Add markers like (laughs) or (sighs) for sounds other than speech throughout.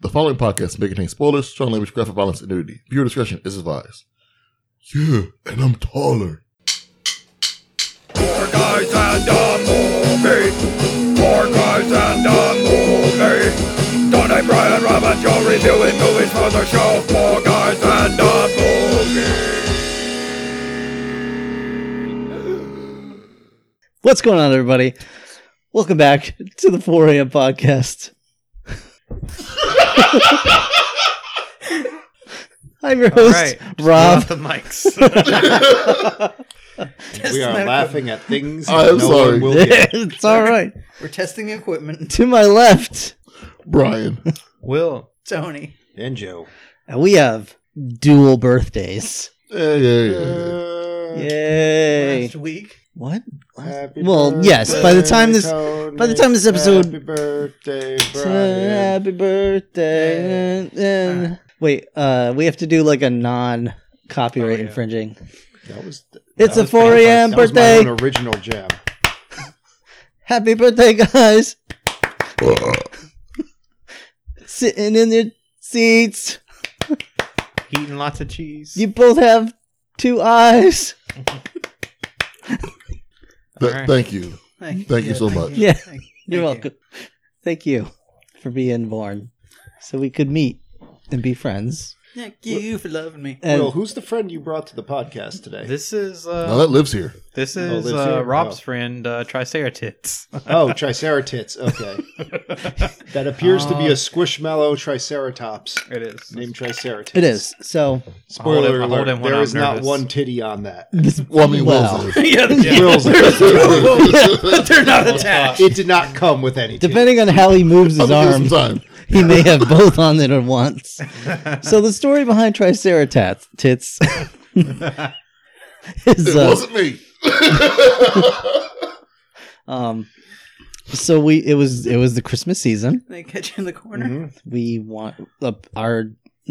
The following podcast may contain spoilers, strong language, graphic violence, and nudity. Viewer discretion is advised. Yeah, and I'm taller. Four guys and a movie. Four guys and a movie. Tony Brian Robbins, you're reviewing movies for the show. Four guys and a movie. What's going on, everybody? Welcome back to the 4 a.m. podcast. I'm your host, right. Rob. (laughs) Off the mics. We are laughing at things I am no sorry. one will (laughs) get. (laughs) it's all right. We're testing the equipment. To my left, (laughs) Brian. Will. Tony. And Joe. and we have dual birthdays. Hey, Uh, hey, hey. Yay! Last week. What? Well, yes, by the time this- by the time this episode- uh, Happy birthday, Brian. Happy birthday! Uh, uh. Wait, uh, we have to do like a non-copyright infringing. That was, that It's a was 4 a.m. that was my birthday. own original jam. Happy birthday, guys! Uh, Sitting in their seats. Eating lots of cheese. You both have two eyes. Th- Alright. Thank you. Thank, Thank you so much. Yeah. Thank- You're thank you. welcome. Thank you for being born, so we could meet and be friends. Thank you for loving me. And Will, who's the friend you brought to the podcast today? This is Now uh, that lives here. this Oh, is lives uh, here? Rob's Oh. friend uh, Triceratits. (laughs) oh, Triceratits. (laughs) Okay. that appears to be Uh, a squishmallow Triceratops (laughs) (laughs) it is named Triceratops. it is so. I'll hold Spoiler him- I'll hold him alert, when there I'm is not nervous. one titty on (laughs) that. Well, I mean, Well. Will's (laughs) (laughs) (laughs) Will's- They're not attached. it did not come with any titty. Depending on how he moves his arm, time. he may have both on it at (laughs) once. So the story behind Triceratops uh, tits is It uh, wasn't (laughs) me. um. So we it was it was the Christmas season. They catch you in the corner. Mhm. we want uh, our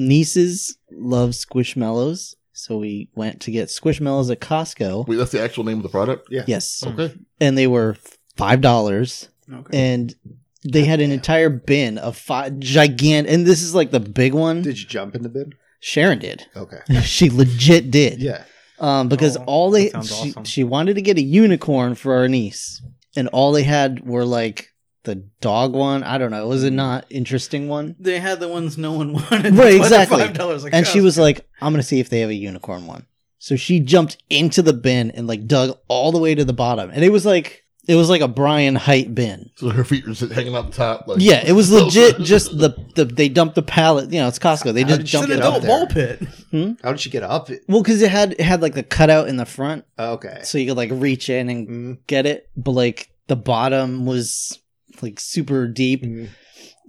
nieces love squishmallows so we went to get squishmallows at costco Wait, that's the actual name of the product? Yeah. yes Okay. and they were five dollars Okay. and they had an entire bin of five gigantic and this is like the big one Did you jump in the bin? sharon did (laughs) Okay. she legit did Yeah. um, because Oh, all they she, that sounds awesome. she wanted to get a unicorn for our niece and all they had were like the dog one i don't know it was a not interesting one They had the ones no one wanted. Right, That's why they're exactly. $5 a and she cup. was like, "I'm gonna see if they have a unicorn one." So she jumped into the bin and like dug all the way to the bottom, and it was like it was like a Brian height bin. So her feet were just hanging out the top. Like, Yeah, it was legit. Just the, the they dumped the pallet. You know, it's Costco. They just did dumped It's an it up adult there. ball pit. How did you get up it? Well, because it had it had like the cutout in the front, Okay. so you could like reach in and Mhm. get it. But like the bottom was like super deep. Mhm.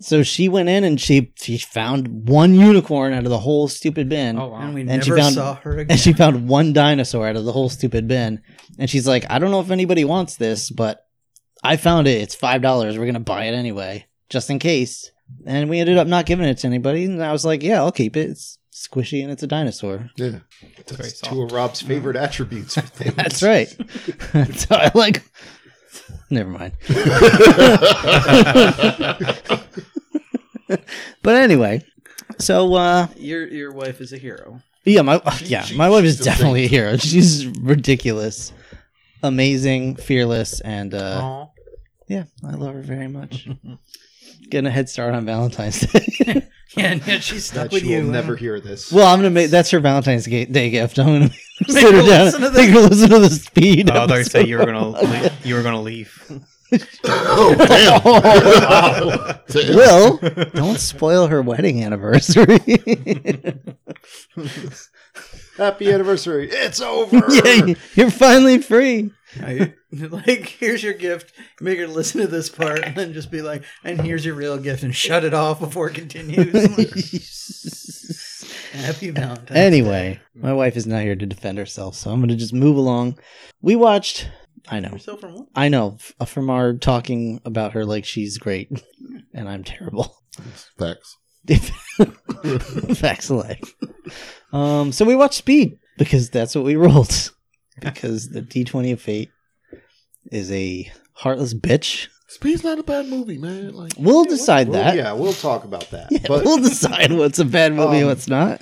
So she went in and she she found one unicorn out of the whole stupid bin. Oh wow. And we And she never found- saw her again. and she found one dinosaur out of the whole stupid bin and she's like i don't know if anybody wants this but i found it it's five dollars we're gonna buy it anyway just in case and we ended up not giving it to anybody and i was like yeah i'll keep it it's squishy and it's a dinosaur Yeah. very That's soft. two of Rob's favorite attributes. I think. (laughs) that's right (laughs) so i like never (laughs) mind but anyway so uh your, your wife is a hero. Yeah, my yeah, she- my wife is she's a definitely a hero. She's ridiculous, amazing, fearless, and uh, Aw. yeah, I love her very (laughs) much. Getting a head start on Valentine's Day. (laughs) (laughs) Yeah, and yet she's stuck That with you you. will never hear this. well, I'm gonna make that's her Valentine's ga- Day gift. I'm gonna (laughs) sit her her down, listen to make her listen to the speed. Oh, I thought you said episode. you were (laughs) gonna leave. you were gonna (laughs) leave. Oh, damn. (laughs) (laughs) Damn. (laughs) Will, don't spoil her wedding anniversary. Happy anniversary. It's over. Yay, (laughs) you're finally free. I- (laughs) like, here's your gift. Make her listen to this part and then just be like, and here's your real gift and shut it off before it continues. (laughs) Happy Valentine's. Anyway, my wife is not here to defend herself, so I'm going to just move along. We watched, I know, So from what? I know, f- from our talking about her, like she's great (laughs) and I'm terrible. (laughs) Facts. Facts of life. Um, so we watched Speed because that's what we (laughs) rolled. Because the D20 of Fate is a heartless bitch Speed's not a bad movie, man. Like, We'll decide Well, that. yeah, we'll talk about that. Yeah, but we'll decide what's a bad movie and Um, what's not.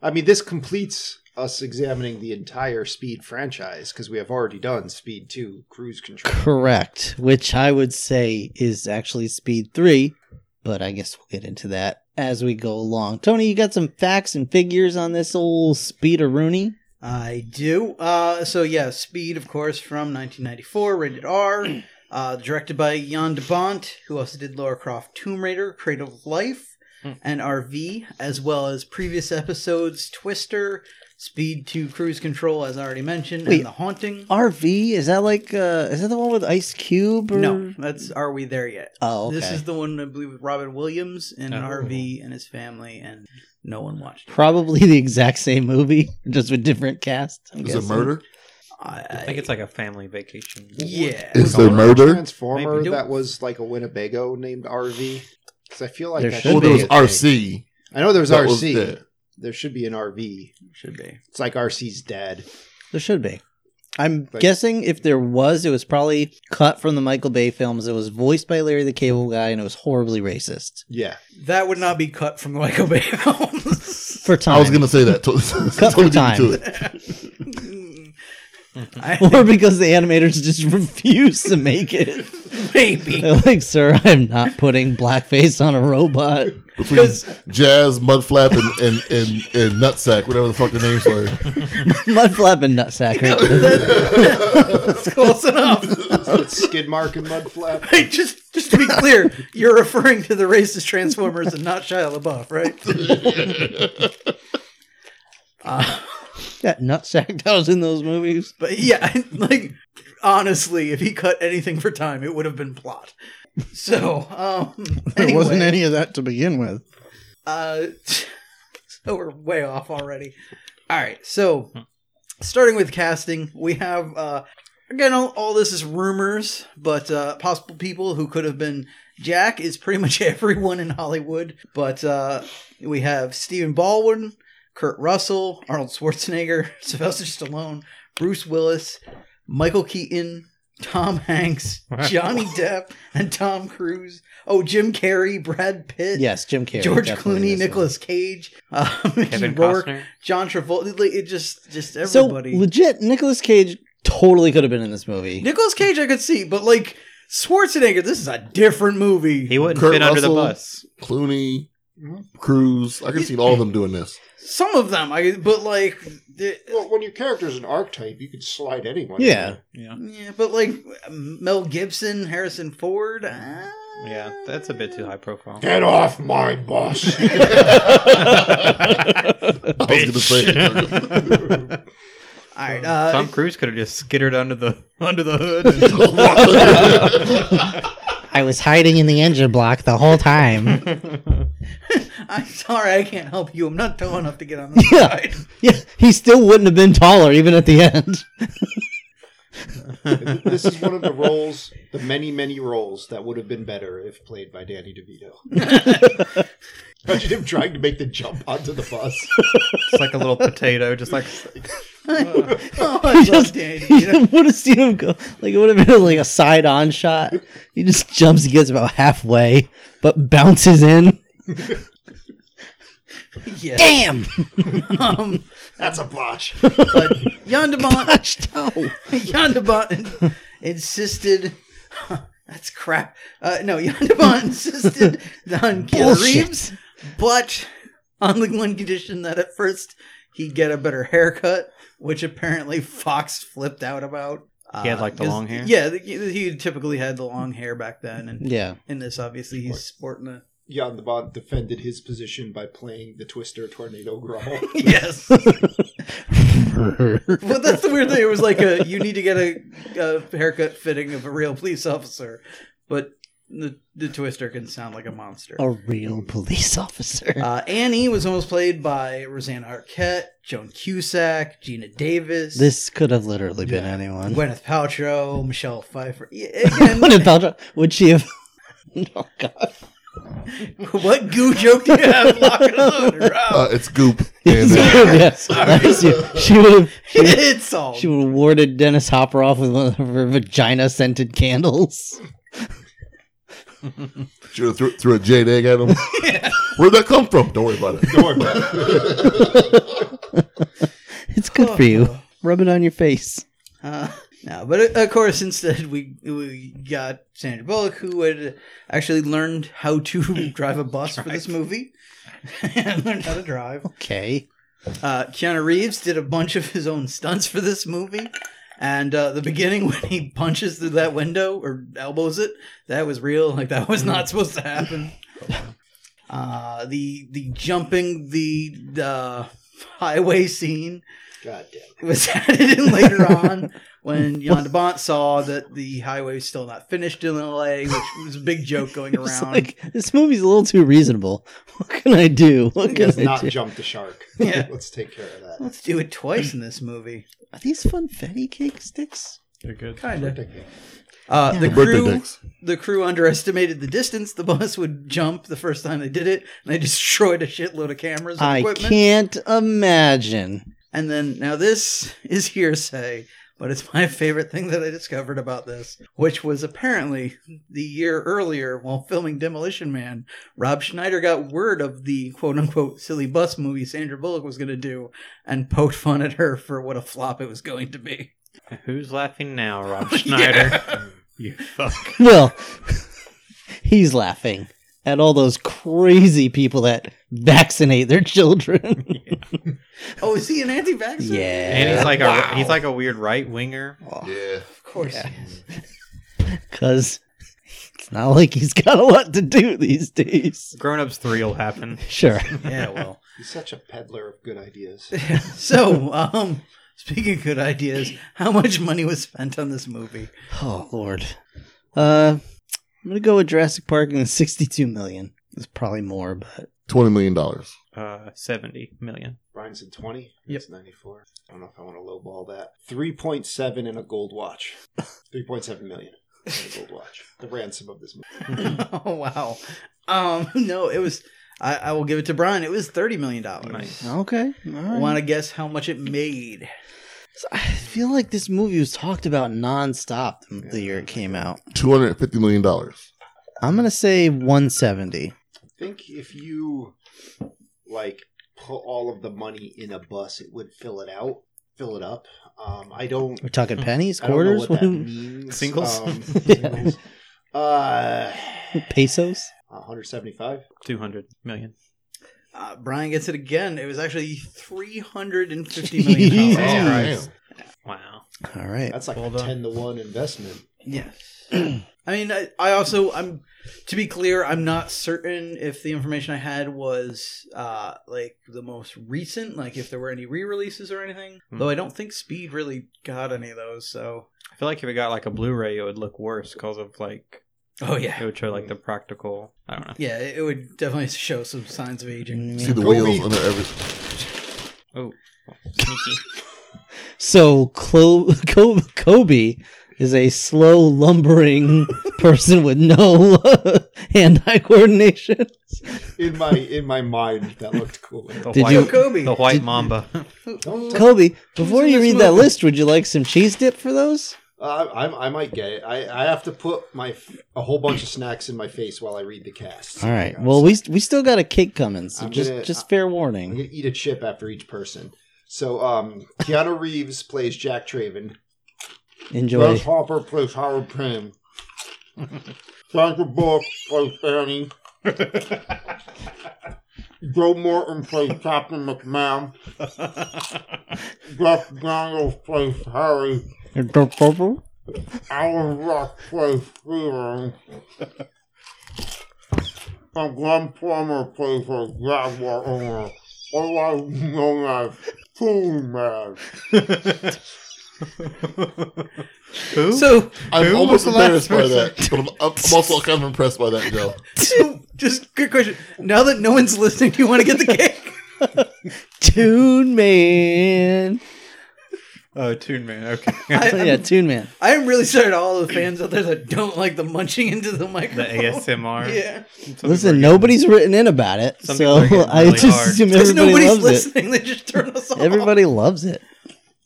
I mean, this completes us examining the entire Speed franchise because we have already done Speed Two Cruise Control. Correct. Which I would say is actually Speed 3, but I guess we'll get into that as we go along. Tony, you got some facts and figures on this old Speeder Rooney? I do. Uh, so yeah, Speed, of course, from 1994, rated R, uh, directed by Jan de Bont, who also did Lara Croft, Tomb Raider, Cradle of Life, and RV, as well as previous episodes Twister, Speed 2 Cruise Control, as I already mentioned, Wait. and The Haunting. RV? Is that like, uh, is that the one with Ice Cube? Or... No, that's Are We There Yet? Oh, okay. This is the one I believe with Robin Williams and Oh. RV and his family, and no one watched. it. Probably (laughs) the exact same movie, just with different cast. I'm is it guessing. murder? I, I think it's like a family vacation. yeah. Is there murder? Transformer Maybe do it. that was like a Winnebago named RV? Because I feel like There that should Well, be there was a thing. RC. I know there's That was RC. there. There should be an RV. Should be. It's like RC's dad. There should be. I'm Like- guessing if there was, it was probably cut from the Michael Bay films. It was voiced by Larry the Cable Guy, and it was horribly racist (laughs) Yeah, That would not be cut from the Michael Bay films. (laughs) for time. I was gonna say that. (laughs) Cut for Totally time. to it. (laughs) I, or because the animators just (laughs) refuse to make it. maybe. They're like, sir, I'm not putting blackface on a robot. Between jazz, mudflap, and and, and and nutsack, whatever the fuck the names were. Mudflap and nutsack. Right? That's close (laughs) enough. it's skid mark and mud flap. Hey, just, just to be clear, you're referring to the racist Transformers and not Shia LaBeouf, right? (laughs) (laughs) that nutsack that was in those movies. Uh, But yeah, (laughs) I- like, honestly, if he cut anything for time, it would have been plot. (laughs) So, um. (laughs) There wasn't anyway, any of that to begin with. Uh, (laughs) so we're way off already. All right, so starting with casting, we have uh, again all, all this is rumors, but uh, possible people who could have been Jack is pretty much (laughs) everyone in Hollywood. But uh, we have Stephen Baldwin, Kurt Russell, Arnold Schwarzenegger, (laughs) Sylvester Stallone, Bruce Willis, Michael Keaton. Tom Hanks, Johnny Depp, (laughs) and Tom Cruise. Oh, Jim Carrey, Brad Pitt. Yes, Jim Carrey. George definitely Clooney, in this Nicolas Cage, (laughs) uh, Mickey Kevin Rourke, Costner. John Travolta. Like, it just just one. So everybody. legit, Nicolas Cage totally could have been in this movie. Nicolas Cage, I could see, but like Schwarzenegger, this is a different movie. He wouldn't Kurt fit under the Russell. bus. Clooney, Cruz. I can see all of them doing this. Some of them, I but like, the- Well, when your character's an archetype, you could slide anyone. in Yeah. there. Yeah. yeah, but like Mel Gibson, Harrison Ford. uh, Yeah, that's a bit too high profile. Get off my bus. (laughs) I was gonna say it. All um, right, uh, Tom Cruise could have just skittered under the (laughs) under the hood. and- I was hiding in the engine block the whole time. (laughs) I'm sorry, I can't help you. I'm not tall enough to get (laughs) on the Yeah. side. yeah, he still wouldn't have been taller even at the end. this is one of the roles, the many, many roles that would have been better if played by Danny DeVito. Imagine him trying to make the jump onto the bus. It's like a little potato, just like Oh, (laughs) I love just- Danny. He (laughs) would have seen him go like it would have been like a side on shot. He just jumps, he gets about halfway, but bounces in. Yeah. Damn! Um, That's a botch. but Jan de Bont, Gosh, (laughs) no. Yondabot insisted. (laughs) That's crap. Uh, no, Yondabot insisted on Keanu Bullshit. Reeves, but on the one condition that at first he'd get a better haircut, which apparently Fox flipped out about. He had, like, the 'cause- long hair? Yeah, the- he typically had the long hair back then, and Yeah. in this, obviously, he's sporting a Jan de Bont defended his position by playing the Twister Tornado Growl. yes. (laughs) Well, that's the weird thing. It was like a you need to get a, a haircut fitting of a real police officer, but the the Twister can sound like a monster. A real police (laughs) officer. Uh, Annie was almost played by Rosanna Arquette, Joan Cusack, Gina Davis, This could have literally been anyone. Gwyneth Paltrow, Michelle Pfeiffer. Yeah, (laughs) Again, Gwyneth Paltrow, would she have? oh God! what goo joke do you have locking loaded, Rob? Uh, it's Goop. (laughs) And, uh, yes, that's it. she would have. She would have It's all. She would have warded Dennis Hopper off with one of her vagina scented candles. Should have threw, threw a jade egg at him. Where'd that come from? Don't worry about it. Don't worry about it. It's good for you. Rub it on your face. Uh, no, but uh, of course, instead we we got Sandra Bullock, who had actually learned how (laughs) to drive a bus for this movie, (laughs) and learned how to drive. Okay. Uh, Keanu Reeves did a bunch of his own stunts for this movie, and uh, the beginning (laughs) when he punches through that window or elbows it, that was real. Like that was not supposed to happen. Uh, the the jumping the the highway scene God damn. was (laughs) added in later on (laughs) when Jan de Bont saw that the highway was still not finished in LA, which was a big (laughs) joke going It was around. like this movie's a little too reasonable. (laughs) What can I do? What He can has I not do? jumped the shark. Yeah. Let's take care of that. Let's do it twice in this movie. Are these funfetti cake sticks? They're good. Kind of. Okay. Uh, The Yeah. Birthday crew, dicks. the crew underestimated the distance the bus would jump the first time they did it, and they destroyed a shitload of cameras and I equipment. can't imagine. And then now this (laughs) is hearsay, but it's my favorite thing that I discovered about this, which was apparently the year earlier while filming Demolition Man, Rob Schneider got word of the quote unquote silly bus movie Sandra Bullock was going to do and poked fun at her for what a flop it was going to be. (laughs) Who's laughing now, (laughs) Rob Schneider? You fuck. Well, (laughs) he's laughing at all those crazy people that vaccinate their children. (laughs) Oh, is he an anti vaxxer? yeah. And he's like a he's like a weird right winger. Yeah. Of course. Because it's not like he's got a lot to do these days. Grown ups three will happen. Sure. Yeah, well. He's such a peddler of good ideas. so, (laughs) um, speaking of good ideas, how much money was spent on this movie? Oh, Lord. Uh, I'm going to go with Jurassic Park and the 62 million. It's probably more, but $20 million. Uh seventy million. Brian's in 20. It's 94. I don't know if I want to lowball that. 3.7 and a gold watch. 3.7 million and a gold watch. The ransom of this movie. (laughs) (laughs) oh wow. Um, (laughs) no, it was. I, I will give it to Brian. It was thirty million dollars. Nice. okay. All right. Want to guess how much it made? I feel like this movie was talked about nonstop the the year it came out. $250 million. I'm going to say 170. I think if you, like, put all of the money in a bus, it would fill it out, fill it up. Um, I don't We're Hmm. talking pennies, I don't know quarters, what (laughs) that what do- means. Singles? Um, singles. (laughs) Uh, pesos. 175. Two hundred million. Uh, Brian gets it again. It was actually three hundred and (laughs) fifty million Jeez. dollars. Damn. Wow. All right. That's like Well a done. 10 to 1 investment. Yes. (clears throat) I mean, I, I also I'm to be clear, I'm not certain if the information I had was uh like the most recent, like if there were any re-releases or anything. Hmm. Though I don't think Speed really got any of those. So. I feel like if it got like a Blu-ray, it would look worse because of like Oh it yeah. would show like the practical. I don't know. Yeah, it it would definitely show some signs of aging. See the Go wheels me. under every. Oh, sneaky. So Clo- (laughs) Kobe, Kobe is a slow (laughs) lumbering person with no (laughs) hand-eye coordination. In my in my mind, that looked cool. The Did white, you- Kobe. (laughs) The white did- mamba. Don't- Kobe, before in you this read that movie? list, would you like some cheese dip for those? Uh, I, I might get it. I, I have to put my f- a whole bunch of snacks in my face while I read the cast. All right. Well, we we still got a cake coming, so I'm just gonna- just uh, fair I'm warning. gonna eat a chip after each person. So, um, Keanu Reeves plays Jack Traven. Enjoy. Bryce Harper plays Howard Pym. Sandra Bullock plays Annie. Joe Morton plays Captain McMahon. Jeff Daniels plays Harry. Alan Rock plays Steven. And Glenn Plummer plays a Jaguar owner, otherwise known as Cool Man. Who? (laughs) So, I'm Who was almost the embarrassed last by person? that, but I'm, I'm I'm also kind of impressed by that, Joe. so just good question. Now that no one's listening, do you want to get the cake? Tune man. (laughs) oh, Toon Man. (laughs) Okay. I, yeah, Tune man. I am really sorry to all the fans out there that don't like the munching into the the microphone. ASMR. Yeah, Some Listen, people are nobody's written in about it, Some so people are getting (laughs) I really just hard. assume because everybody nobody's loves it. listening. They just turn us off. (laughs) Everybody loves it.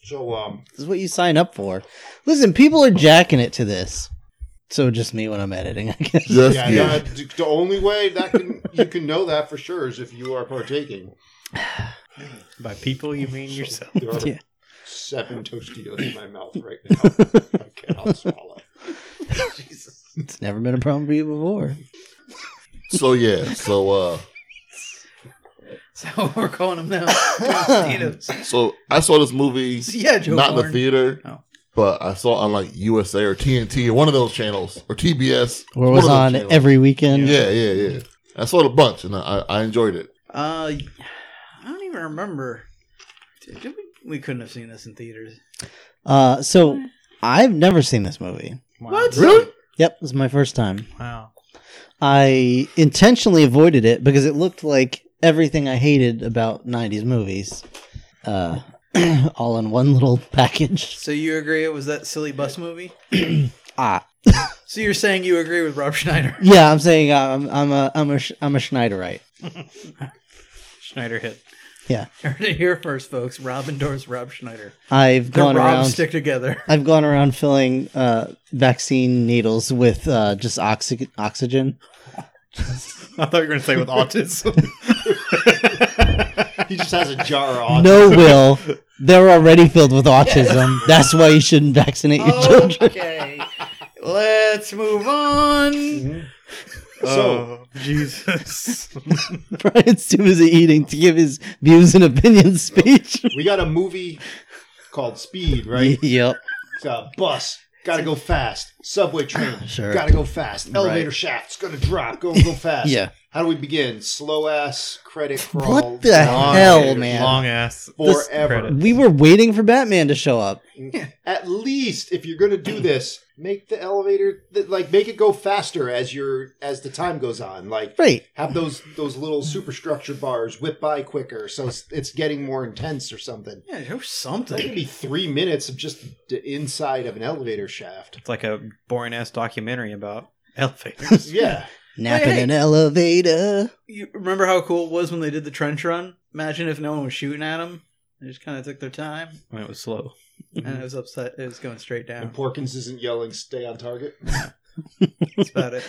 So, um, This is what you sign up for. Listen, people are jacking it to this. So just me when I'm editing, (laughs) I guess. Just Yeah, you. yeah. d- The only way that can you can know that for sure is if you are partaking. By people, you mean yourself. There are Yeah. (laughs) seven Tostitos in my mouth right now. I cannot swallow. Jesus. It's never been a problem for you before. So yeah, so uh, That's how we're calling them (laughs) now. Tostitos. so I saw this movie yeah, Joe. not in the Horn. theater, Oh. but I saw it on like USA or TNT or one of those channels or TBS. Or One was of those on channels. every weekend. Yeah, yeah, yeah. I saw it a bunch and I, I enjoyed it. Uh, I don't even remember. Did, did we, we couldn't have seen this in theaters. Uh, so I've never seen this movie. Wow. What? Really? Yep, this is my first time. Wow. I intentionally avoided it because it looked like everything I hated about 90s movies. Uh, (clears throat) all in one little (laughs) package. So you agree it was that silly bus movie? Ah, So you're saying you agree with Rob Schneider? (laughs) yeah, I'm saying uh, I'm, I'm a I'm a Sch- I'm a Schneiderite. Schneider hit. Heard it here first, folks. Rob endorses Rob Schneider. I've The gone Robs around stick together. I've gone around filling uh, vaccine needles with uh, just oxy- oxygen. I thought you were (laughs) going to say with autism. He just has a jar on. No, Will. They're already filled with autism. That's why you shouldn't vaccinate your Oh. children. (laughs) Okay. Let's move on. So oh, Jesus. (laughs) Brian's too busy eating to give his views and opinions speech. we got a movie called Speed, (laughs) right? yep. It's a bus. Gotta go fast. Subway train. (clears throat) Sure. Gotta go fast. Elevator shaft's gonna drop. Go go fast. Yeah. How do we begin? Slow ass credit crawl. What the down hell, elevator man? Long ass. Forever. We were waiting for Batman to show up. At least if you're gonna do this, make the elevator th- like make it go faster as your as the time goes on. Like Right. have those those little superstructure bars whip by quicker, so it's, it's getting more intense or something. Yeah, do That could something. be three minutes of just the inside of an elevator shaft. It's like a boring ass documentary about elevators. Yeah. Nap in Hey. an elevator. You remember how cool it was when they did the trench run? Imagine if no one was shooting at them. They just kind of took their time, when it was slow. and Mm. it was upset. It was going straight down. And Porkins isn't yelling, stay on target. That's about it.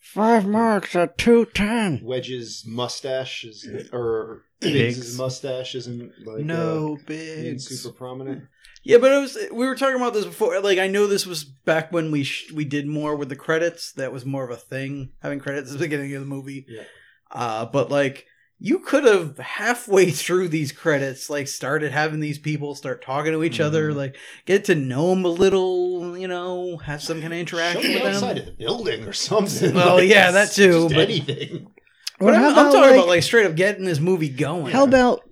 Five marks at two ten. Wedge's mustache is, or Biggs' mustache isn't (laughs) like uh, no being big. super prominent. Yeah, but it was. We were talking about this before. Like, I know this was back when we sh- we did more with the credits. That was more of a thing having credits at the beginning of the movie. Yeah. Uh, but like, you could have halfway through these credits, like, started having these people start talking to each Mm-hmm. other, Mhm. like, get to know them a little. You know, have some kind of Show interaction them with them. outside of the building or something. Well, yeah, that too, just but- anything. But I'm, I'm talking about like straight up getting this movie going. How about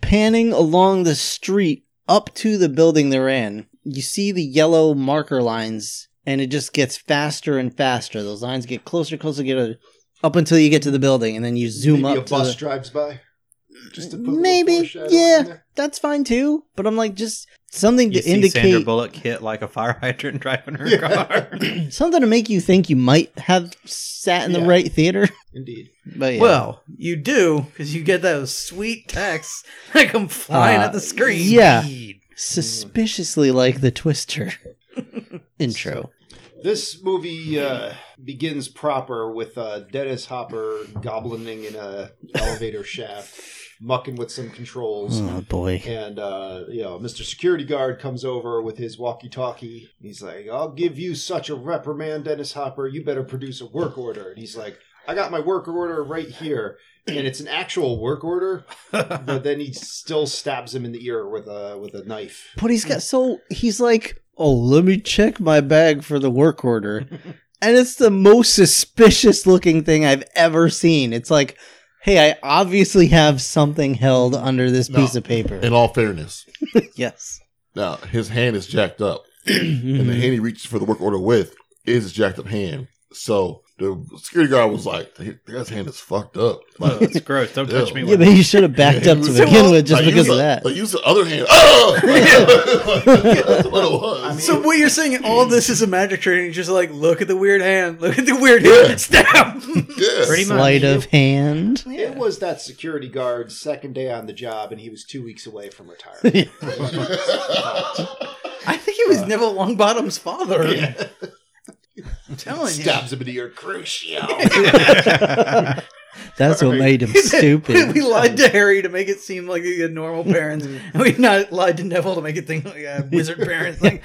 panning along the street up to the building they're in? You see the yellow marker lines, and it just gets faster and faster. Those lines get closer, closer, get a, up until you get to the building, and then you zoom Maybe up a to bus the- drives by. Just to put a little Maybe, foreshadow in yeah, there. that's fine too. But I'm like, just something You to see Sandra indicate Bullock hit like a fire (laughs) hydrant driving her Yeah. car. something to make you think you might have sat in the Yeah. right theater. (laughs) Indeed. But yeah. Well, you do because you get those sweet texts that come flying Uh, at the screen. yeah. suspiciously like the (laughs) Twister intro. This movie uh, begins proper with uh, Dennis Hopper goblining in a elevator shaft, mucking with some controls. Oh boy. (laughs) And uh, you know, Mr. Security Guard comes over with his walkie-talkie. He's like, "I'll give you such a reprimand, Dennis Hopper. You better produce a work order." And he's like, "I got my work order right here." And it's an actual work order, but then he still stabs him in the ear with a with a knife. But he's got so he's like, oh, let me check my bag for the work order, (laughs) and it's the most suspicious looking thing I've ever seen. It's like, hey, I obviously have something held under this No. piece of paper. (clears throat) In all fairness, yes. now his hand is jacked up, and the Mhm. hand he reaches for the work order with is his jacked up hand. So the security guard was like, "That guy's hand is fucked up." Oh, Like, that's gross. Don't touch me. yeah, with but he (laughs) should have backed Yeah, up he to was- begin with just I because use of the- that. I use the other hand. Oh! (laughs) that's what it was. So what you're saying? All this is a magic trick. and you just like look at the weird hand. Look at the weird Yeah. hand. Stab. yeah. pretty much. Sleight (laughs) of hand. It was that security guard's second day on the job, and he was two weeks away from retirement. (laughs) much. I think it was Neville Longbottom's father. telling you. Stabs him into your crucio. (laughs) That's what Sorry. made him (laughs) (laughs) He said, stupid. We lied to Harry to make it seem like he had normal parents, and we not lied to Neville to make it think like he had wizard parents. Like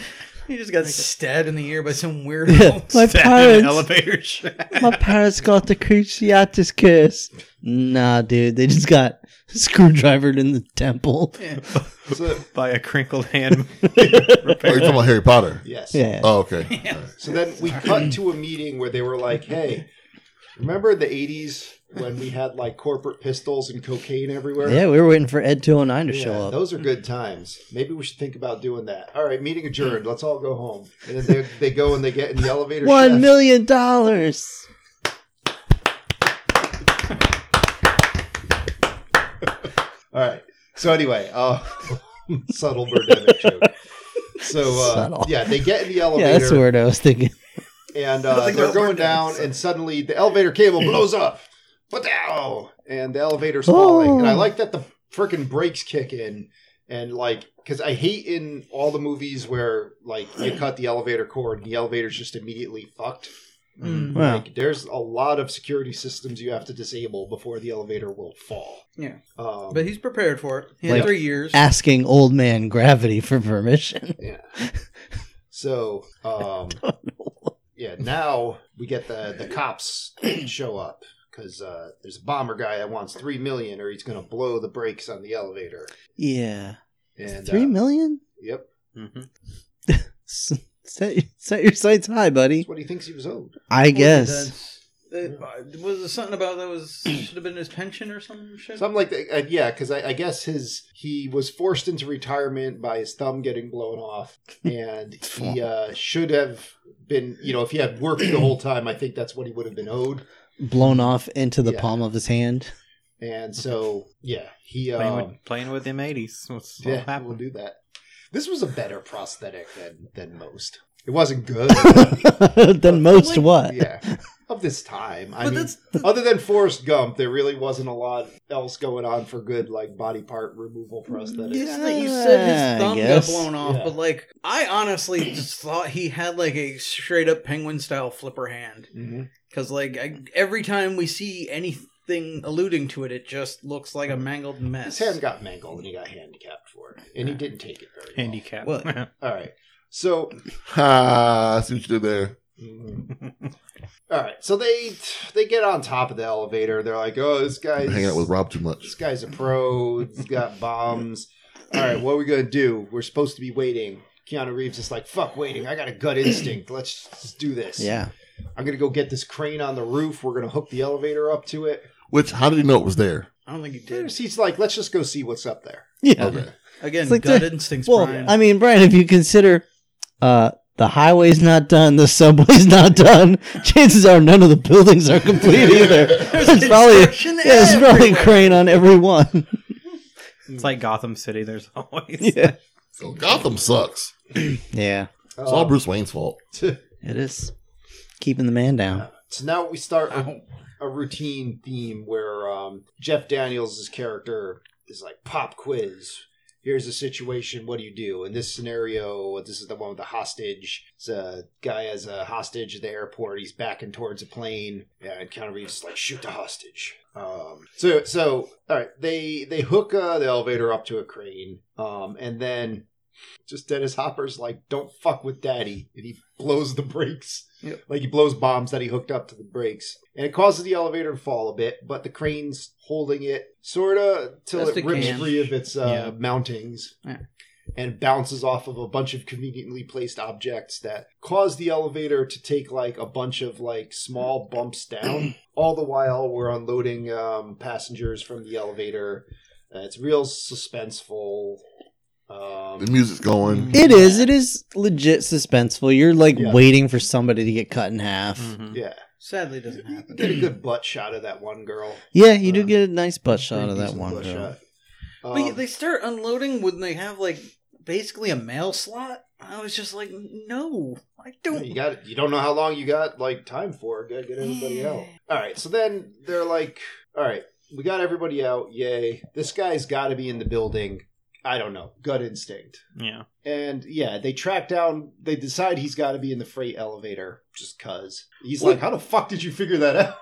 he just got stabbed in the ear by some weird. Yeah, my Stabbed in an parents, elevator shaft. my parents got the cruciatus curse. Nah, dude, they just got (laughs) screwdrivered in the temple. (laughs) Yeah. (laughs) So, by a crinkled hand. Oh, you're talking about Harry Potter? yes. Yeah, Oh, okay. So then we cut to a meeting where they were like, hey, remember in the 80s when we had like corporate pistols and cocaine everywhere? yeah, we were waiting for Ed two hundred nine to show Yeah, up. Those are good times. Maybe we should think about doing that. All right, meeting adjourned. Let's all go home. And then they, they go and they get in the elevator. One shaft. million dollars. All right. So anyway, uh, (laughs) subtle Birdemic joke. So uh, Subtle. yeah, they get in the Yeah, that's the elevator word I was thinking. and uh, Nothing they're about going Birdemic, down, so. and suddenly the (clears throat) elevator cable blows up. What the hell? And the elevator's falling. And I Oh. like that the freaking brakes kick in and like because I hate in all the movies where like you (clears throat) cut the elevator cord and the elevator's just immediately fucked. Mm. Wow. Like there's a lot of security systems you have to disable before the elevator will fall. Yeah. Um, But he's prepared for it. He had Like- three years. Asking old man gravity for permission. So, um, yeah, now we get the the cops show up because uh, there's a bomber guy that wants three million, or he's going to blow the brakes on the elevator. Yeah, And three uh, million. Yep, Mhm. S- Set, set your sights high, buddy. that's what he thinks he was owed. I guess. It, uh, was there something about that was should have been his pension or some shit? Something like that. Uh, yeah, because I, I guess his he was forced into retirement by his thumb getting blown off, and he uh, should have been. You know, if he had worked the whole time, I think that's what he would have been owed. Blown off into the Yeah. palm of his hand. (laughs) And so, yeah, he Playing, um, with, playing with them 80s. What's what Yeah, we'll happened? do that. This was a better prosthetic than than most. It wasn't good. (laughs) then most like- what? yeah, of this time. I but mean, that's the, other than Forrest Gump, there really wasn't a lot else going on for good, like body part removal prosthetics. it's that you said I his thumb got guess. blown off, Yeah. but like I honestly just thought he had like a straight up penguin style flipper hand. Mhm. Because like I, every time we see anything alluding to it, it just looks like a mangled His mess. hand got mangled, and he got handicapped for it, and he didn't take it very well. Handicap. (laughs) What? All right, (laughs) so Ha! I see what you did there. all right, so they they get on top of the elevator. They're like, "Oh, this guy's I'm hanging out with Rob too much. this guy's a pro. He's got bombs. All right, what are we gonna do? We're supposed to be waiting. Keanu Reeves is like, "Fuck waiting. I got a gut instinct. Let's just do this. Yeah. I'm gonna go get this crane on the roof. We're gonna hook the elevator up to it." Which? How did he know it was there? I don't think he did. He's like, "Let's just go see what's up there." Yeah. Okay. Again, It's like gut the- instincts, Well, Brian. (laughs) I mean, Brian, if you consider uh, the highway's not done, the subway's (laughs) not done, chances are none of the buildings are (laughs) complete either. There's probably, yeah, Construction there's probably a everywhere. crane on every one. (laughs) It's like Gotham City. There's (laughs) always. yeah. So Gotham sucks. yeah, It's all Um, Bruce Wayne's fault. it is. Keeping the man down. so now we start a, a routine theme where um, Jeff Daniels' character is like, "Pop quiz." Here's a situation. What do you do in this scenario? This is the one with the hostage. It's a guy has a hostage at the airport. He's backing towards a plane, yeah, and Keanu Reeves is like, "Shoot the hostage." Um, so, so all right, they they hook uh, the elevator up to a crane, um, and then just Dennis Hopper's like, "Don't fuck with Daddy," and he blows the brakes. Like he blows bombs that he hooked up to the brakes, and it causes the elevator to fall a bit. But the crane's holding it sort of till Best it it rips can. free of its uh, Yeah. mountings Yeah. and bounces off of a bunch of conveniently placed objects that cause the elevator to take like a bunch of like small (clears throat) bumps down. All the while we're unloading um, passengers from the elevator. Uh, it's real suspenseful. Um, The music's going. It is. It is legit suspenseful. You're like Yeah. Mm-hmm. waiting for somebody to get cut in half. Mhm. yeah, Sadly, doesn't you happen. get a good butt shot of that one girl. Yeah, you do Uh, get a nice butt shot Pretty of that decent one. butt girl. shot. But yeah, Um, they start unloading when they have like basically a mail slot. I was just like, no, I don't. You got. You don't know how long you got like time for. Gotta get everybody out. All right. So then they're like, all right, we got everybody out. Yay! This guy's got to be in the building. I don't know, gut instinct. Yeah. And yeah, they track down. They decide he's got to be in the freight elevator just cause he's What? like, "How the fuck did you figure that out?"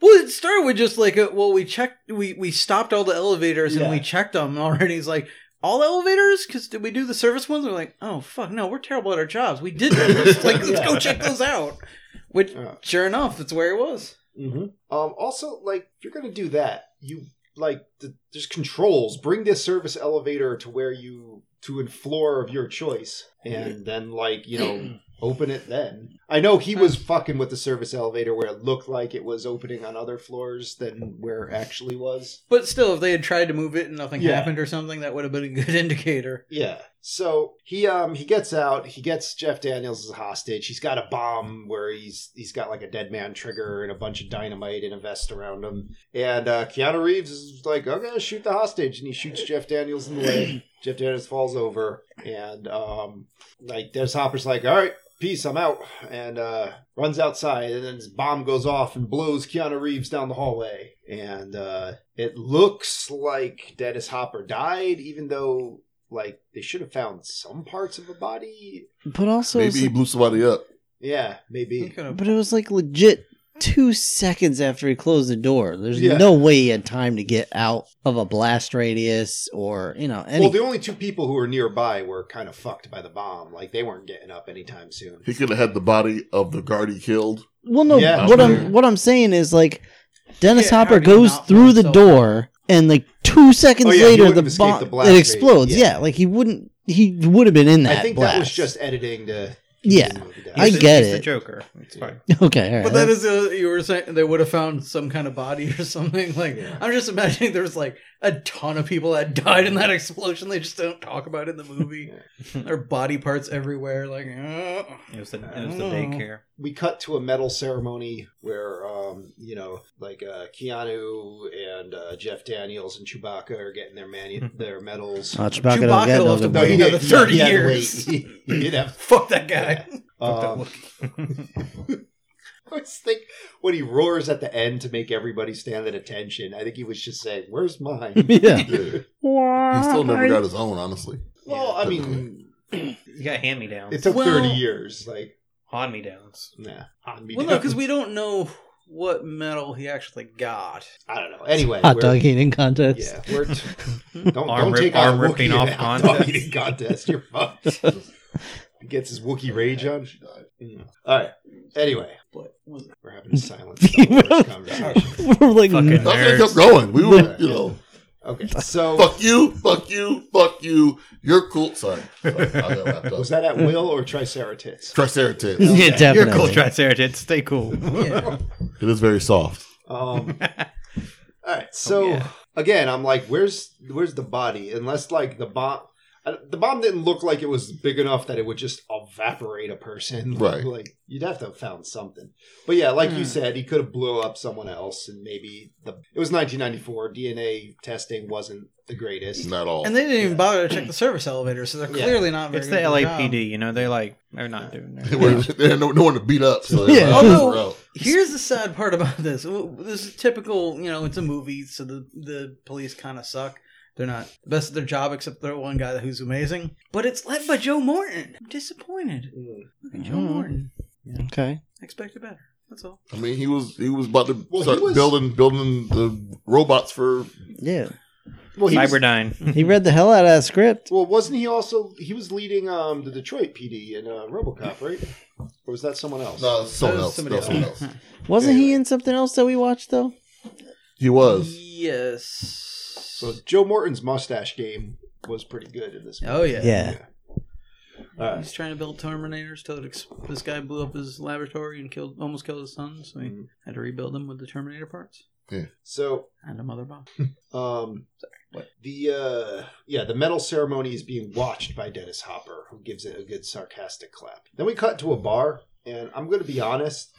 Well, it started with just like, a, well, we checked, we we stopped all the elevators Yeah. and we checked them already. He's like, all elevators? Because did we do the service ones? We're like, oh fuck, no, we're terrible at our jobs. We did those. like, let's go Yeah. check those out. Which, Yeah. sure enough, that's where it was. Mm-hmm. Um, also, like, if you're gonna do that, you like th- there's controls. Bring this service elevator to where you to a floor of your choice, and then like you know open it. Then I know he was fucking with the service elevator where it looked like it was opening on other floors than where it actually was. But still, if they had tried to move it and nothing Yeah. happened or something, that would have been a good (laughs) indicator. Yeah. So he um he gets out. He gets Jeff Daniels as a hostage. He's got a bomb where he's he's got like a dead man trigger and a bunch of dynamite and a vest around him. And uh, Keanu Reeves is like, "I'm gonna shoot the hostage," and he shoots Jeff Daniels in the leg. Jeff Daniels falls over, and um like Dennis Hopper's like, "All right." Peace, I'm out, and uh, runs outside, and then his bomb goes off and blows Keanu Reeves down the hallway. And uh, it looks like Dennis Hopper died, even though like they should have found some parts of a body. But also, Maybe he it's blew somebody up. Yeah, You maybe. could like- have- but it was like legit two seconds after he closed the door. There's Yeah. no way he had time to get out of a blast radius or you know any. well, the only two people who were nearby were kind of fucked by the bomb. Like they weren't getting up anytime soon. He could have had the body of the guard he killed. Well, no, Yeah. what Yeah. I'm what I'm saying is like Dennis Yeah, how Hopper do you goes not through blow the yourself door, and like two seconds Oh, yeah, he later, wouldn't the have escaped bomb the blast it explodes. radius. Yeah. like he wouldn't. He would have been in that. I think blast. that was just editing to. Yeah. I He's the- get he's The it. Joker. It's fine. (laughs) okay. All right. But that is uh, you were saying they would have found some kind of body or (laughs) something. Like Yeah. I'm just imagining there was like a ton of people that died in that explosion. They just don't talk about it in the movie. Their body parts everywhere. Like uh, It was the I it was don't the know. daycare. we cut to a medal ceremony where, um, you know, like uh, Keanu and uh, Jeff Daniels and Chewbacca are getting (laughs) their manu- their medals. Oh, Chewbacca, don't get Chewbacca no good left a one. bite. another 30 had to years. wait. (laughs) He did have. fuck that guy. um, (laughs) I always think when he roars at the end to make everybody stand at attention, I think he was just saying, "Where's mine?" (laughs) (laughs) yeah. Yeah. Uh-huh, he still never got his own, honestly. (laughs) Well, I mean, (laughs) You got hand me downs. it took Well- thirty years. Like, Hand me (laughs) downs. nah, on me Well, (laughs) no, because we don't know what medal he actually got. I don't know. Anyway, Hot we're- dog eating contest. (laughs) Yeah, we're (laughs) t- don't, Arm don't rip- take arm our ripping Wookiee off in a hot dog contest. eating contest. (laughs) You're fucked. he gets his Wookiee rage on. Mm. All right. Anyway, But well, we're having a silent (laughs) Star Wars conversation. (laughs) We're like, "Mm, Fucking That's n- why he Nerds. kept going. We were, you know, Okay, so fuck you, fuck you, fuck you. You're cool. Sorry. Sorry. I got laughed (laughs) was up. that at Will (laughs) or Triceratops? Triceratops. yeah, It You're cool, definitely. Triceratops. Stay cool. (laughs) yeah. is very soft. Um, all Oh, right, so yeah. again, I'm like, where's where's the body? Unless like the bomb, I- the bomb didn't look like it was big enough that it would just evaporate a person. (laughs) Right. like you'd have to have found something. But yeah, like Hmm. you said, he could have blew up someone else, and maybe the it was 1994. DNA testing wasn't the greatest. Not all. (laughs) And they didn't even Yeah. bother to check the service elevator, so they're Yeah. clearly not. Very It's the good at their job. LAPD. You know they're like they're not doing They that. were, they had no, no one to beat up. So Yeah. yeah. Although- out. Here's the sad part about this. This is typical, you know, it's a movie, so the the police kind of suck. They're not the best at their job, except for one guy who's amazing. But it's led by Joe Morton. I'm disappointed. Mm. Look at Joe Morton. Okay. I expected better. That's all. I mean, he was he was about to Well, he start was- building building the robots for Yeah. Well, he was, Cyberdyne. He read the hell out of that script. well, wasn't he also he was leading um the Detroit PD in uh, RoboCop, right? Or was that someone else? no, someone That was else. somebody no, someone else. (laughs) Wasn't he in something else that we watched though? He was. Yes. So Joe Morton's mustache game was pretty good in this. Movie. oh yeah. Yeah. All right. He's trying to build Terminators till it ex- this guy blew up his laboratory and killed almost killed his son, so he Mhm. had to rebuild them with the Terminator parts So and a mother box. Um, What? The uh, yeah, the medal ceremony is being watched by Dennis Hopper, who gives it a good sarcastic clap. Then we cut to a bar, and I'm going to be honest,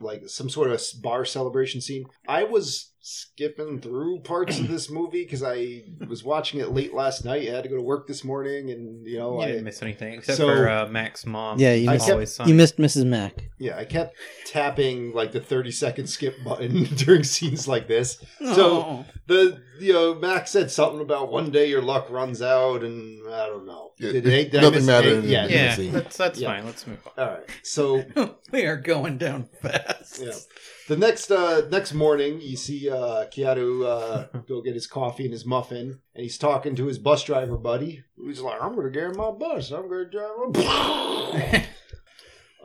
like some sort of s- bar celebration scene. I was skipping through parts of this movie because I was watching it late last night. I had to go to work this morning, and you know, you I, didn't miss anything except So- for uh, Mac's mom. Yeah, you I missed, kept- always you Sunny. missed Mrs. Mac. yeah, I kept tapping like the thirty second skip button (laughs) during scenes like this. So The you know Max said something about one day your luck runs out, and I don't know. Yeah, Did it- they- did I nothing miss- mattered eh, in the Yeah. beginning. yeah, see. that's that's Yeah. fine. Let's move on. All right. So (laughs) we are going down fast. Yeah. the next uh, next morning, you see uh, Keanu uh, go get his coffee and his muffin, and he's talking to his bus driver buddy. He's like, "I'm going to get in my bus. I'm going to drive." A-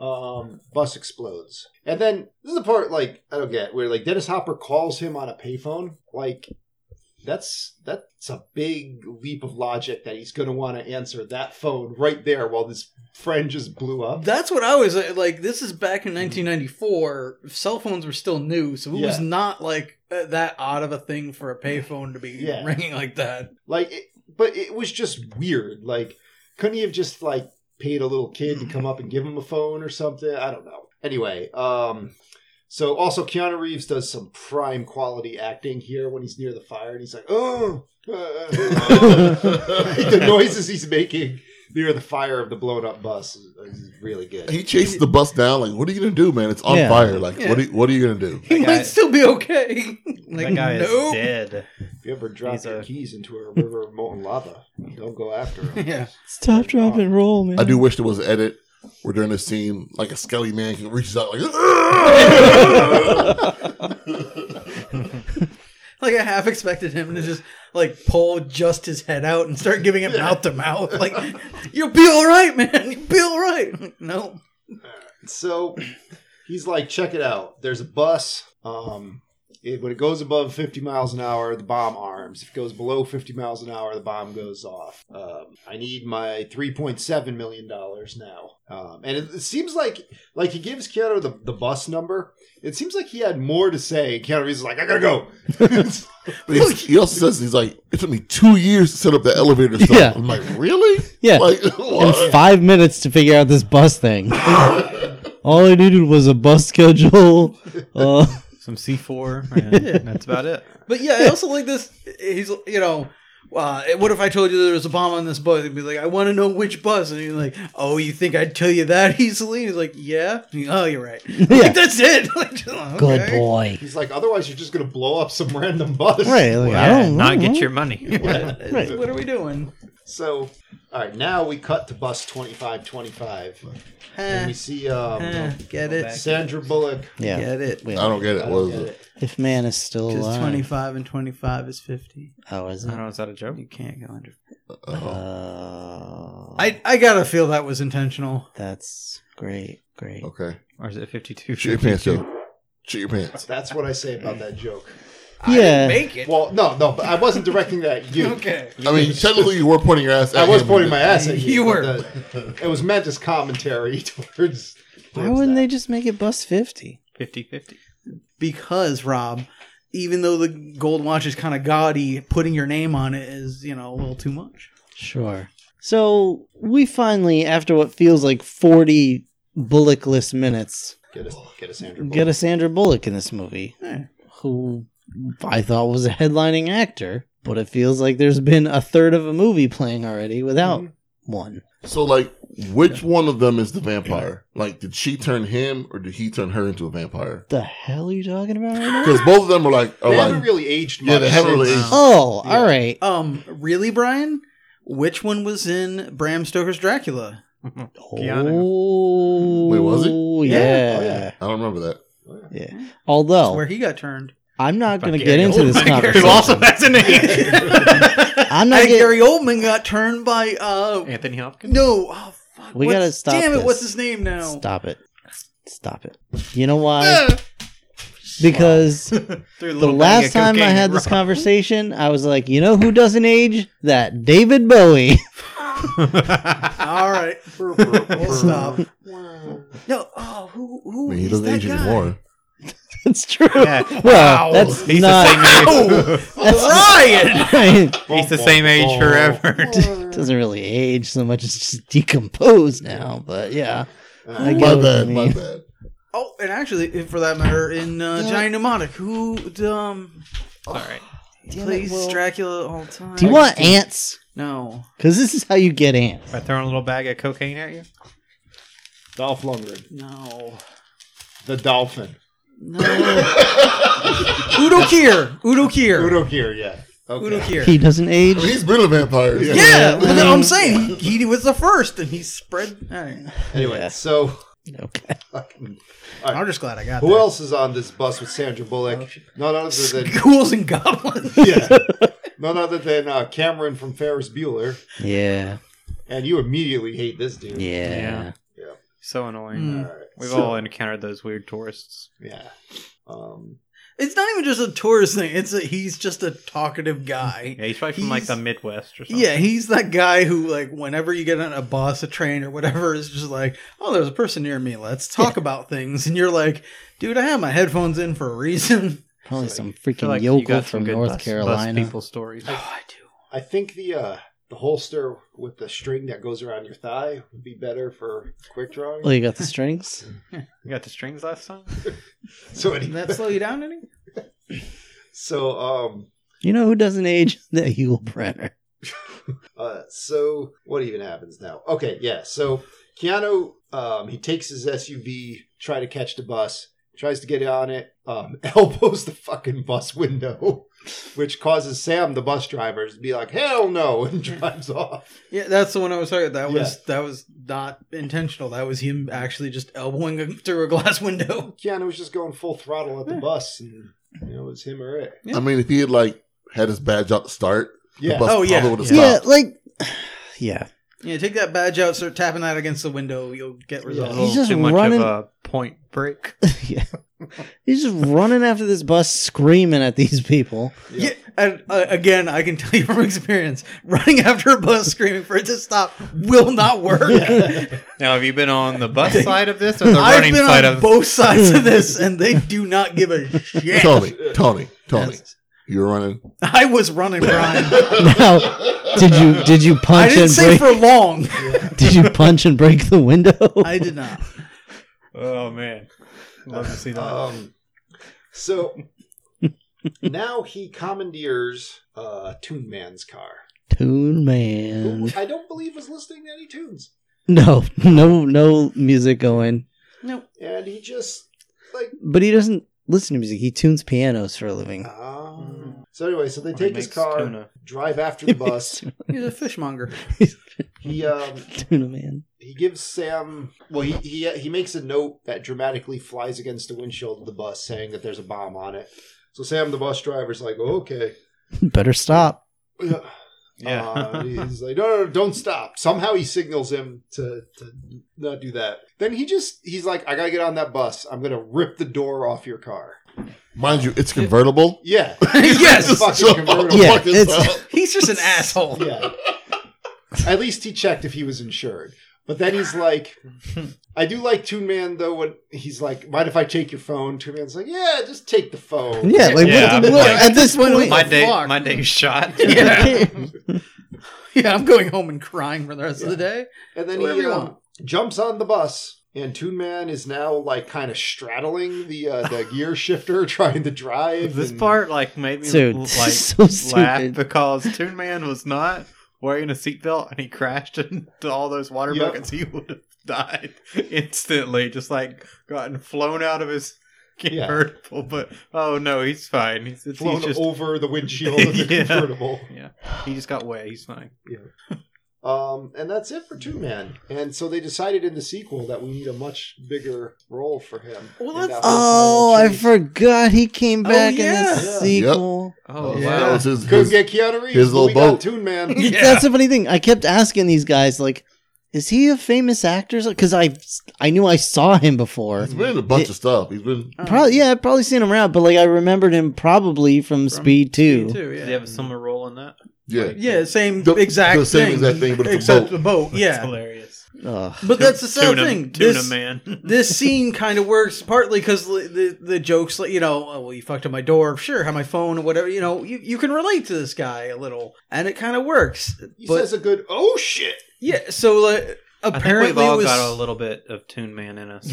(laughs) um, bus explodes, and then this is the part like I don't get where like Dennis Hopper calls him on a payphone. Like that's that's a big leap of logic that he's going to want to answer that phone right there while this friend just blew up. That's what I was uh, like. This is back Mm-hmm. in 1994. Cell phones were still new, so it was Yeah. not like uh, that odd of a thing for a payphone to be (laughs) Yeah. ringing like that. Like, it, but it was just weird. Like, couldn't he have just like paid a little kid Hmm. to come up and give him a phone or something? I don't know. Anyway, um, so also Keanu Reeves does some prime quality acting here when he's near the fire and he's like, oh, uh, uh, (laughs) uh." Like, the noises he's making near the fire of the blown up bus is, is really good. He chased the bus down. Like, what are you gonna do, man? It's on Yeah. fire. Like, Yeah. what? Are, you- what are you gonna do? He That might guy- still be okay. (laughs) like that guy nope. is dead. If you ever drop He's your a- keys into a river of molten lava, don't go after (laughs) him. Yeah. Stop, drop, and roll, man. I do wish there was an edit where during this scene, like a skelly man can reaches out like. "Ah!" Like I half expected him to just like pull just his head out and start giving it mouth to mouth. Like (laughs) you'll be all right, man. You'll be all right. (laughs) No. So he's like, check it out. There's a bus. Um, it, when it goes above 50 miles an hour, the bomb arms. If it goes below 50 miles an hour, the bomb goes off. Um, I need my 3.7 million dollars now. Um, and it, it seems like like he gives Keanu the, the bus number. It seems like he had more to say. Keanu Reeves is like, I gotta go. It's- (laughs) But he's- he also says he's like, it took me two years to set up the elevator stuff. Yeah. I'm like, really? Yeah. Like, (laughs) in what? five minutes to figure out this bus thing. All I needed was a bus schedule. Uh, Some C (laughs) four, and that's about it. But yeah, I also like this. He's you know, uh, what if I told you there was a bomb on this bus? He'd be like, I want to know which bus. And he's like, Oh, you think I'd tell you that (laughs) easily? he's like, (laughs) Yeah. Oh, you're right. Yeah. Like that's it. (laughs) like, just, okay. Good boy. He's like, otherwise you're just gonna blow up some (laughs) random bus. Right. Like, I Yeah, don't not know. get (laughs) your money. What, Right. what are we doing? So, all right, now we cut to bus 2525. And Huh, we see um, huh, get it? Sandra Bullock. Yeah. Get it? Wait, I don't get it. (laughs) I What don't is get it? it. if man is still Because alive. twenty five and twenty five is fifty. Oh, is I don't it? know, is that a joke? You can't go under. Oh. Uh, I I gotta feel that was intentional. That's great. Great. Okay. Or is it fifty two? Shit your pants, Joe. Shit your pants. That's what I say about that joke. Yeah. Make (laughs) it. Well, no, no, but I wasn't directing that at you. Okay. I mean, technically, you were pointing your ass. I at was him. pointing my ass at you. You but were. the- it was meant as commentary (laughs) towards. Why wouldn't they just make it bus 50? 50-50. because Rob, even though the gold watch is kind of gaudy, putting your name on it is you know a little too much. Sure. So we finally, after what feels like 40 bullockless minutes, get a get a Sandra? Bullock. get a Sandra Bullock in this movie, who I thought was a headlining actor, but it feels like there's been a third of a movie playing already without one. So, like, which one of them is the vampire? Like, did she turn him or did he turn her into a vampire? The hell are you talking about (laughs) right now? Because both of them are like, are They haven't like really aged much. Yeah, they haven't really since- (laughs) aged. Oh, all right. Um, really, Brian? Which one was in Bram Stoker's Dracula? Keanu. Oh, Wait, was it? Yeah. Yeah. Yeah. Oh, yeah. I don't remember that. That's Although where he got turned. I'm not going By to get Gary into this (laughs) Oldman, conversation. Who also has (laughs) a name. I'm (laughs) And not getting. Gary Oldman got turned by uh Anthony Hopkins. no. Oh, fuck, We what's- gotta stop Damn it! this. What's his name now? Stop it. Stop it. You know why? Because Threw a the little bag last of time I cocaine had at this Rob. conversation, I was like, you know who doesn't age? That David Bowie. (laughs) All right, we'll stop. No, oh, who I who mean, he is doesn't that age guy? anymore. That's true. Yeah. (laughs) Well, that's He's not. (laughs) the same age. (laughs) Ryan. Ryan He's the same age forever. (laughs) doesn't really age so much; it's just decomposed now. But yeah, Uh, I get My what you bad, my mean. bad. Oh, and actually, if- for that matter, in uh, Damn it. Johnny Mnemonic, who um All right. Damn it, plays Will. Dracula all the time. Do you want ants? No. Because this is how you get ants. By throwing a little bag of cocaine at you? Dolph Lundgren, No. the dolphin. No. (laughs) Udo Kier. Udo Kier. Udo, Udo Kier, yeah. Okay. Kier. He doesn't age. I mean, he's been a vampire. Yeah. yeah, Yeah, well, I no, I'm mean- saying he, he was the first, and he spread. all right. Anyway, Yeah. so (laughs) Okay. fucking- I'm just glad I got who that. else is on this bus with Sandra Bullock? None other than Ghouls and goblins. (laughs) yeah, (laughs) none other than uh, Cameron from Ferris Bueller. Yeah. And you immediately hate this dude. Yeah. So annoying. Mm. All right. We've Hmm. so- all encountered those weird tourists. yeah. Um, It's not even just a tourist thing. It's a, he's just a talkative guy. Yeah, he's probably from like the He's- Midwest or something. Yeah, he's that guy who, like, whenever you get on a bus, a train, or whatever, is just like, "Oh, there's a person near me. Let's talk about things." And you're like, "Dude, I have my headphones in for a (laughs) reason." Probably some I feel freaking like you yokel got some from good North bus- bus Carolina. people stories. Oh, I do. I think the uh, the holster with the string that goes around your thigh would be better for quick drawing. Well, you got the strings. You got the strings last time? so Did anyway, that slow you down any? so um You know who doesn't age? (laughs) The Yule Brenner. uh so what even happens now? Okay, yeah. So Keanu um he takes his SUV, try to catch the bus, tries to get on it, um (laughs) elbows the fucking bus window, (laughs) which causes Sam the bus driver to be like, "Hell no," (laughs) and drives off. Yeah, that's the one I was talking. That was that was not intentional. That was him actually just elbowing through a glass (laughs) window. Keanu was just going full throttle at the bus and you know, it was him or it. I mean, if he had like had his badge out to start, the Yeah. bus Oh, yeah. probably would have Yeah, stopped. like, (sighs) yeah. (laughs) Yeah, take that badge out, start tapping that against the window. You'll get A results. little just too much running- of a point break. yeah. He's just running after this bus, screaming at these people. Yeah, and uh, again, I can tell you from (laughs) experience, running after a bus screaming for it to stop will not work. Now, have you been on the bus side of this or (laughs) the I've running been side on of both sides of this, and they do not give a shit. Tony, Tony, Tony, Yes. you were running. I was running, Brian. Now, did you did you I punch didn't and say break? for long. did you punch and break the window? (laughs) I did not. Oh, man. Love to see that. Um, so now he commandeers uh, Toon Man's car, Tune who man. I don't believe was listening to any tunes, No, no, no music going. No, and he just like. But he doesn't listen to music. He tunes pianos for a living. (laughs) Um, so anyway, so they Or he take his makes car, tuna. (laughs) drive after the bus. he's a fishmonger. he um, Tuna man. he gives Sam. Well, he, he he makes a note that dramatically flies against the windshield of the bus, saying that there's a bomb on it. So Sam, the bus driver's like, oh, okay. Better stop. Yeah. (laughs) Uh, he's like, no, no, no, don't stop. Somehow he signals him to, to not do that. Then he just, he's like, I gotta get on that bus. I'm gonna rip the door off your car. Mind you, it's convertible. Yeah. Yes. (laughs) Fucking So- convertible. Yeah, fucking it's, He's just an asshole. Yeah. At least he checked if he was insured. But then he's like, I do like Toon Man though. When he's like, mind if I take your phone? Toon Man's like, yeah, just take the phone. yeah. Like Yeah, what, I'm the- what- like- at this point, (laughs) What (laughs) my the day, fuck? my day's shot. (laughs) Yeah. yeah, I'm going home and crying for the rest of the day. And then Do whatever he you um, want. jumps on the bus, and Toon Man is now like kind of straddling the uh, (laughs) the gear shifter, (laughs) trying to drive. This and- part like made me Dude, like this is so laugh stupid. because Toon Man was not wearing a seatbelt and he crashed (laughs) into all those water Yep. buckets. He would have died instantly, just like gotten flown out of his Yeah. convertible. (laughs) But oh no, he's fine. He's, it's, flown he's just over the windshield of the (laughs) Yeah. convertible. yeah, he just got wet. He's fine. Um, and that's it for Toon Man. And so they decided in the sequel that we need a much bigger role for him. Well, And that's- that was Oh, Lionel I Chase. forgot he came back yeah. in Yeah. the sequel. Oh Yeah. That wow. was his, Couldn't his, get Keanu Reeves. his but we little got boat. (laughs) Toon Man. Yeah. That's the funny thing. I kept asking these guys, like, is he a famous actor? Because I, I knew I saw him before. he's been in a bunch of stuff. He's been Oh. Probably, yeah, I've probably seen him around, but like I remembered him probably from, Speed Two. Me too, Did yeah. he have a similar role in that? yeah. Yeah, same The- exact the same thing. exact thing, but it's a except boat. the boat. It's Yeah, hilarious. Ugh. but that's the sad Tuna, thing. Tuna this, Man. (laughs) this scene kind of works partly because the, the the jokes, like you know, oh, well, you fucked up my door. Sure, have my phone or whatever. You know, you, you can relate to this guy a little, and it kind of works. He but says a good, oh shit. yeah, so like. I think apparently we've all it was got a little bit of Toon Man in us.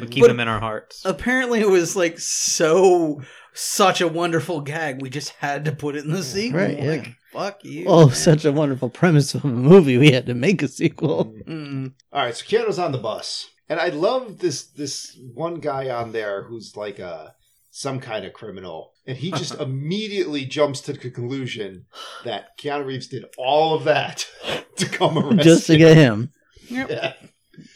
we keep But- him in our (laughs) hearts. (laughs) apparently it was like so such a wonderful gag. We just had to put it in the sequel. Right, yeah. Like fuck you. Oh, man. such a wonderful premise of a movie. We had to make a sequel. Mm. All right, so Keanu's on the bus, and I love this this one guy on there who's like a some kind of criminal, and he just immediately jumps to the conclusion that Keanu Reeves did all of that (laughs) to come arrest. Just to him. get him. (laughs) yeah.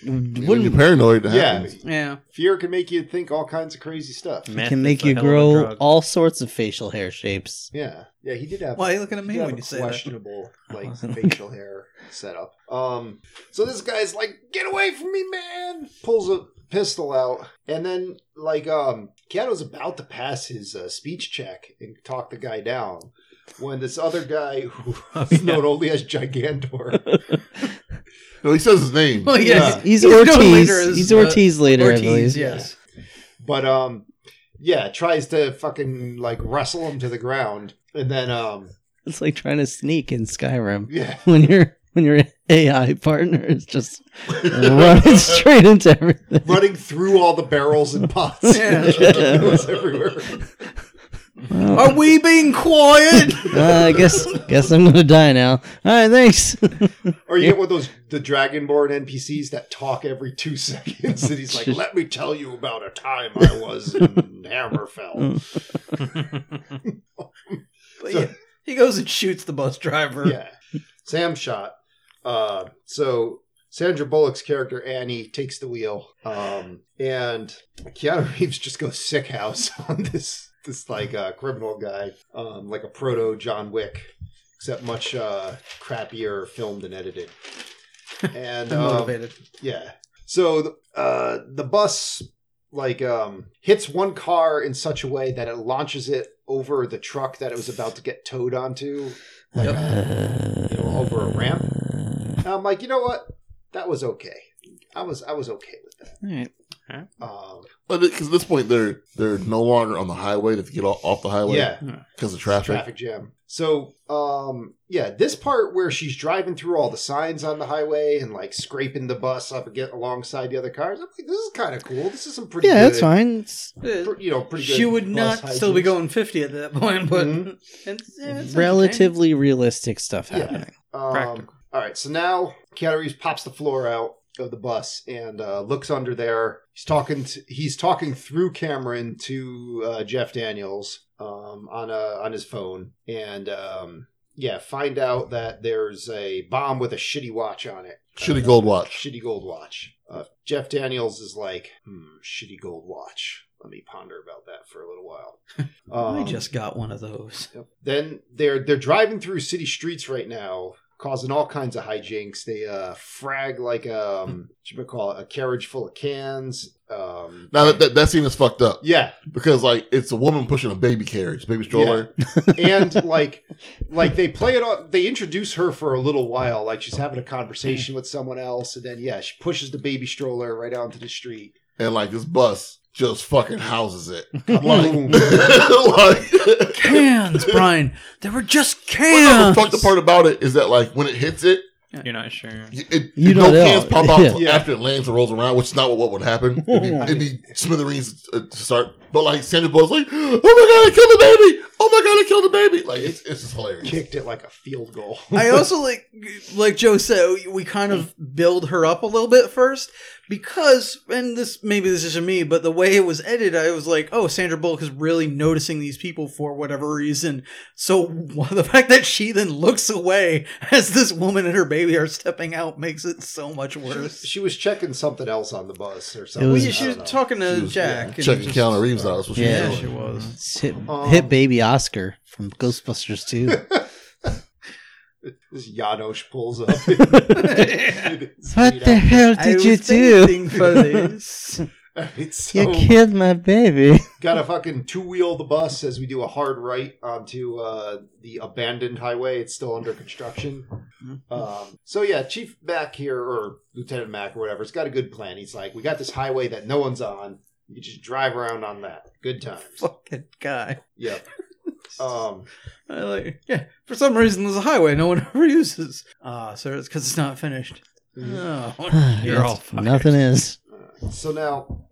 When you're Wouldn't paranoid, it yeah, happens. Yeah. fear can make you think all kinds of crazy stuff. Meth can is make a you hell of a grow drug. all sorts of facial hair shapes. Yeah, yeah, he did have. Why are you looking at he me did have when a you say that? questionable like wasn't facial hair setup. Um, so this guy's like, "Get away from me, man!" Pulls a pistol out, and then like um, Keanu's about to pass his uh, speech check and talk the guy down when this other (laughs) guy (laughs) who Oh, is known only as Gigantor. No, he says his name. (laughs) Well, yes. He's, he's He's known Ortiz. later as, he's uh, Ortiz later, I Ortiz, believe. yes. But um, yeah, tries to fucking like wrestle him to the ground, and then um, (laughs) It's like trying to sneak in Skyrim yeah. (laughs) when your when your AI partner is just running straight into everything. Running through all the barrels and pots, (laughs) Yeah. (laughs) It was everywhere. Are we being quiet? Uh, I guess guess I'm gonna die now. All right, thanks. Or you get one of those the Dragonborn NPCs that talk every two (laughs) seconds, and he's like, "Let me tell you about a time I was in Hammerfell." But So- yeah, he goes and shoots the bus driver. Yeah, Sam shot. Uh, so Sandra Bullock's character Annie takes the wheel, um, and Keanu (laughs) Reeves just goes sick house (laughs) on this this like uh, criminal guy, um, like a proto John Wick, except much uh, crappier filmed and edited. And And um, motivated. Yeah. So th- uh, the bus like um, hits one car in such a way that it launches it over the truck that it was about to get towed onto, like uh, you know, over a ramp. And I'm like, you know what? That was okay. I was I was okay with that. Alright. Um, But because at this point they're they're no longer on the highway. They have to get off off the highway. yeah, because of traffic. traffic jam. So, um, yeah, this part where she's driving through all the signs on the highway and like scraping the bus up again alongside the other cars. I'm like, this is kind of cool. This is some pretty Yeah, good, that's fine. It's pr- you know, pretty good. Uh, She would bus not still be hijinks. going 50 at that point, but Mhm. it's, yeah, it's relatively realistic stuff Yeah. happening. Um, Practical. All right, so now Keanu Reeves pops the floor out of the bus and uh, looks under there. He's talking. To, he's talking through Cameron to uh, Jeff Daniels um, on a, on his phone, and um, yeah, find out that there's a bomb with a shitty watch on it. Shitty Uh, gold watch. Shitty gold watch. Uh, Jeff Daniels is like, hmm, shitty gold watch. Let me ponder about that for a (laughs) little while. I Um, just got one of those. Yep. Then they're they're driving through city streets right now, causing all kinds of hijinks. They uh frag like um what you might call it, a carriage full of cans. Um Now that, that that scene is fucked up yeah, because like it's a woman pushing a baby carriage, baby stroller. and like, like they play it on. They introduce her for a little while, like she's having a conversation with someone else, and then yeah, she pushes the baby stroller right out into the street. and like this bus just fucking houses (laughs) it. (laughs) Like, Boom. like (laughs) Cans, Brian. There were just Well, no, the cans. fucked up part about it is that like when it hits it, You're (laughs) not sure. it, it You no don't know. cans (laughs) pop out Yeah. till after it lands and rolls around, which is not what, what would happen. It'd (laughs) be, it'd be smithereens uh, to start. But like Sandra Bullock's like, oh my god, I killed the baby! Oh my god, I killed the baby! Like it's it's just hilarious. Kicked it like a field goal. (laughs) I also like, like Joe said, we kind of build her up a little bit first because, and this maybe this isn't me, but the way it was edited, I was like, oh, Sandra Bullock is really noticing these people for whatever reason. So (laughs) wh- the fact that she then looks away (laughs) as this woman and her baby are stepping out makes it so much She was, worse. she was checking something else on the bus or something. It Well, was- yeah, she I was don't know. talking to She was, Jack. yeah, and checking just- Keanu Reeves out. That's what she Yeah. was she doing. was. It's Hit, Um, hit baby Oscar from Ghostbusters 2. This Janosch pulls up. (laughs) what the hell I did you was do? (laughs) waiting for this. It's so, (laughs) You killed my baby. gotta fucking two wheel the bus as we do a hard right onto uh, the abandoned highway. It's still under construction. Um, so yeah, Chief Mack here or Lieutenant Mack or whatever, it's got a good plan. He's like, we got this highway that no one's on. You just drive around on that. Good times. Fucking guy. Yep. Um, I (laughs) like, yeah. For some reason, there's a highway no one ever uses. Ah, sir, it's because it's not finished. (sighs) Oh, You're all fired. Nothing is. So now,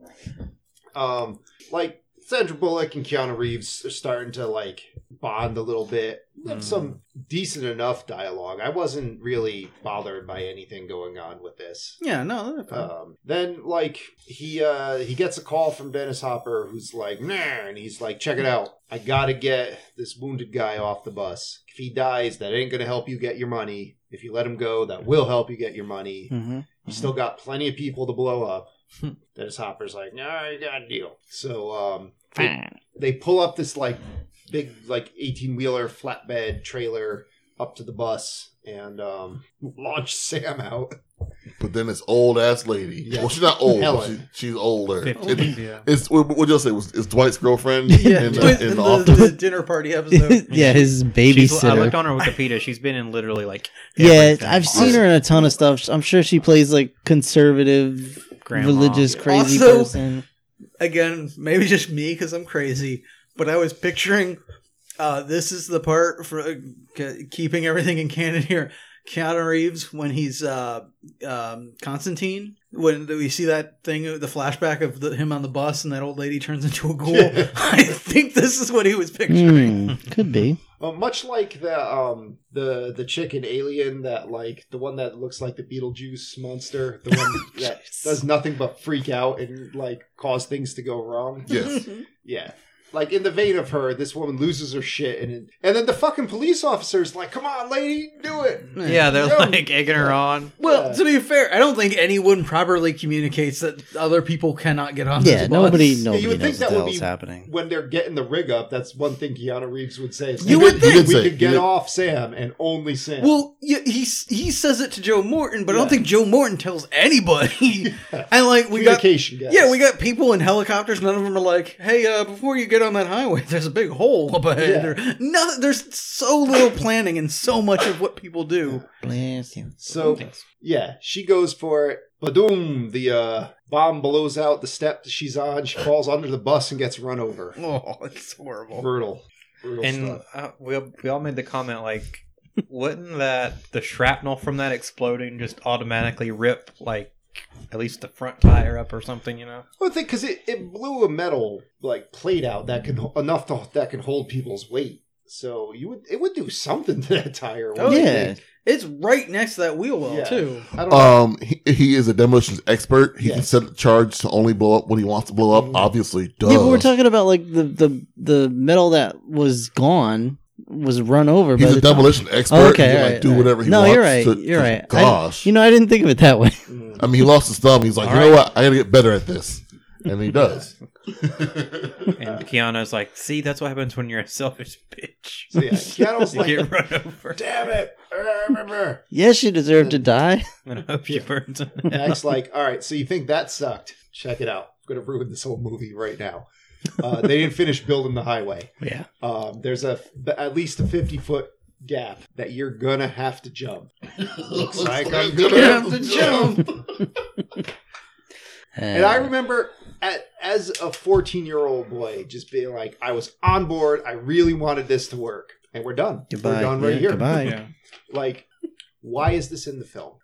um, like Sandra Bullock and Keanu Reeves are starting to like bond a little bit. They have some decent enough dialogue. I wasn't really bothered by anything going on with this. (laughs) yeah, no. they're fine. Uh, Um, then like he uh he gets a call from Dennis Hopper who's like nah and he's like check it out I gotta get this wounded guy off the bus if he dies that ain't gonna help you get your money if you let him go that will help you get your money Mhm. you still got plenty of people to blow up. (laughs) Dennis Hopper's like, all right, got a deal. So um, they, they pull up this like big like eighteen wheeler flatbed trailer up to the bus and um, (laughs) launch Sam out. But then this old ass lady. Yeah. Well, she's not old. but Helen. She, she's older. It- yeah. it's what what y'all say was it's Dwight's (laughs) girlfriend yeah, in, with- the, in in the the, office. the dinner party episode. (laughs) yeah, his She's, I looked babysitter. on her Wikipedia. She's been in literally like Yeah, everything. I've seen her in a ton of stuff. I'm sure she plays like conservative, Grandma. religious, crazy Also- person. (laughs) Again, maybe just me because I'm crazy, but I was picturing uh, this is the part for uh, ke- keeping everything in canon here. Keanu Reeves when he's uh, um, Constantine. When we see that thing, uh, the flashback of the, him on the bus, and that old lady turns into (laughs) a ghoul. (laughs) I think this is what he was picturing. Hmm, (laughs) could be. Uh, much like the um the the chicken alien that like the one that looks like the Beetlejuice monster, the (laughs) one that does nothing but freak out and like cause things to go wrong. Yes. Yeah. Like in the vein of her, this woman loses her shit, and it, and then the fucking police officer's like, "Come on, lady, do it." Yeah, they're Yeah. like egging her on. Well, Yeah. to be fair, I don't think anyone properly communicates that other people cannot get on. Yeah, this bus. nobody, would nobody think knows what that the would hell's be- happening. When they're getting the rig up, that's one thing Keanu Reeves would say. It's You like, would You did we say could get you did- off Sam and only Sam. Well, yeah, he s- he says it to Joe Morton, but I don't Yeah. think Joe Morton tells (laughs) anybody. (laughs) And like we got, communication, guys. yeah, we got people in helicopters. None of them are like, "Hey, uh, before you get on that highway, (laughs) there's a big hole up ahead." Yeah. Or, no, there's so little planning and so much of what people do. Bless you. So yeah, she goes for it. Badoom! The uh, bomb blows out the step that she's on. She falls under the bus and gets run over. Oh, it's horrible. Brutal. Brutal And stuff. uh, we all- we all made the comment like, wouldn't that the shrapnel from that exploding just automatically rip like at least the front tire up or something? You know. Well, I think because it, it blew a metal like plate out that can enough to, that can hold people's weight. So you would it would do something to that tire. Oh, wouldn't yeah. it? It's right next to that wheel well Yeah. too. I don't know. Um, he, he is a demolitions expert. He can Yes. set a charge to only blow up when he wants to blow up. Obviously, duh. Mm. Yeah, but we're talking about like the the the metal that was gone was run over. by He's the a time- demolition expert. Oh, okay, he can, all like right, do all right. whatever he No, wants. you're right, to- you're right. I- Gosh, You know, I didn't think of it that way. (laughs) Mm. I, mean, he lost his thumb. He's like, All you know right. what? I got to get better at this, and he (laughs) does. And Keanu's like, see, that's what happens when you're a selfish bitch. (laughs) So yeah, Keanu's You like, (laughs) get run over. damn it, I remember. Yes, she deserved to die. And I hope you burn to Max like, all right, so you think that sucked? Check it out. I'm gonna ruin this whole movie right now. Uh, they didn't finish building the highway. Yeah. Um, there's a at least a 50 foot gap that you're gonna have to jump. Looks like I'm gonna have to jump. And I remember at, as a 14 year old boy just being like, I was on board. I really wanted this to work. And we're done. We're done right Yeah, here. Goodbye. Yeah. Like, why is this in the film?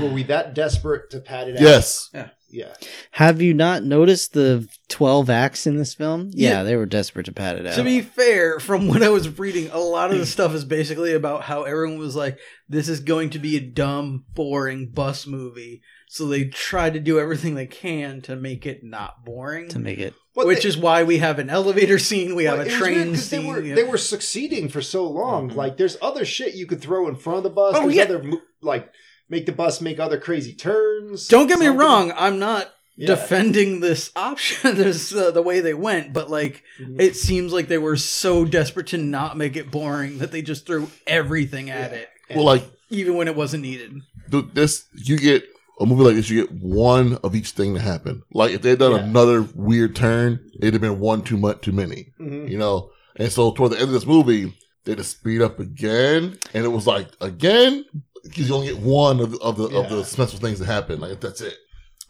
Were we that desperate to pat it out? Yes, Yeah. (laughs) Have you not noticed the twelve acts in this film? Yeah, Yeah. they were desperate to pat it out. To be fair, from what I was reading, a lot of the stuff is basically about how everyone was like, this is going to be a dumb, boring bus movie. So they tried to do everything they can to make it not boring. to make it. Well, which they- is why we have an elevator scene, we well, have it a was train weird 'cause scene. They were, yeah. Mm-hmm. they were succeeding for so long. Mhm. Like, there's other shit you could throw in front of the bus. Oh, there's yeah. other, mo- like, make the bus make other crazy turns. Don't get me Something- wrong, I'm not Yeah. defending this option, (laughs) this, uh, the way they went, but like, Mhm. it seems like they were so desperate to not make it boring that they just threw everything at Yeah. it, well, like even when it wasn't needed. th- this, you get a movie like this, you get one of each thing to happen. Like if they had done Yeah. another weird turn, it'd have been one too much, too many. Mhm. you know. And so toward the end of this movie, they just speed up again, and it was like again because you only get one of the of the, of Yeah. the special things that happen. Like that's it.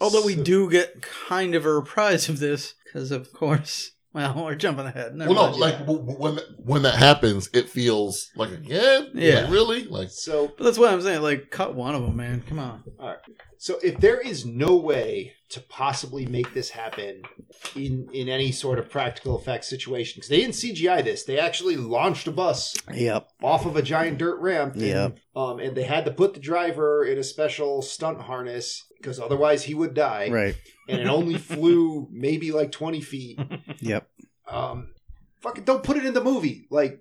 Although we do get kind of a reprise of this because, of course, (laughs) Well, we're jumping ahead. Never Well, no, mind. like w- w- when when that happens, it feels like again, Yeah. like, really, like So, but that's what I'm saying. Like, cut one of them, man. Come on. so if there is no way to possibly make this happen in in any sort of practical effects situation, because they didn't CGI this, they actually launched a bus Yep. off of a giant dirt ramp. and, Yep. um, and they had to put the driver in a special stunt harness because otherwise he would die. Right. And it (laughs) only flew maybe like twenty feet. Yep. um fucking don't put it in the movie like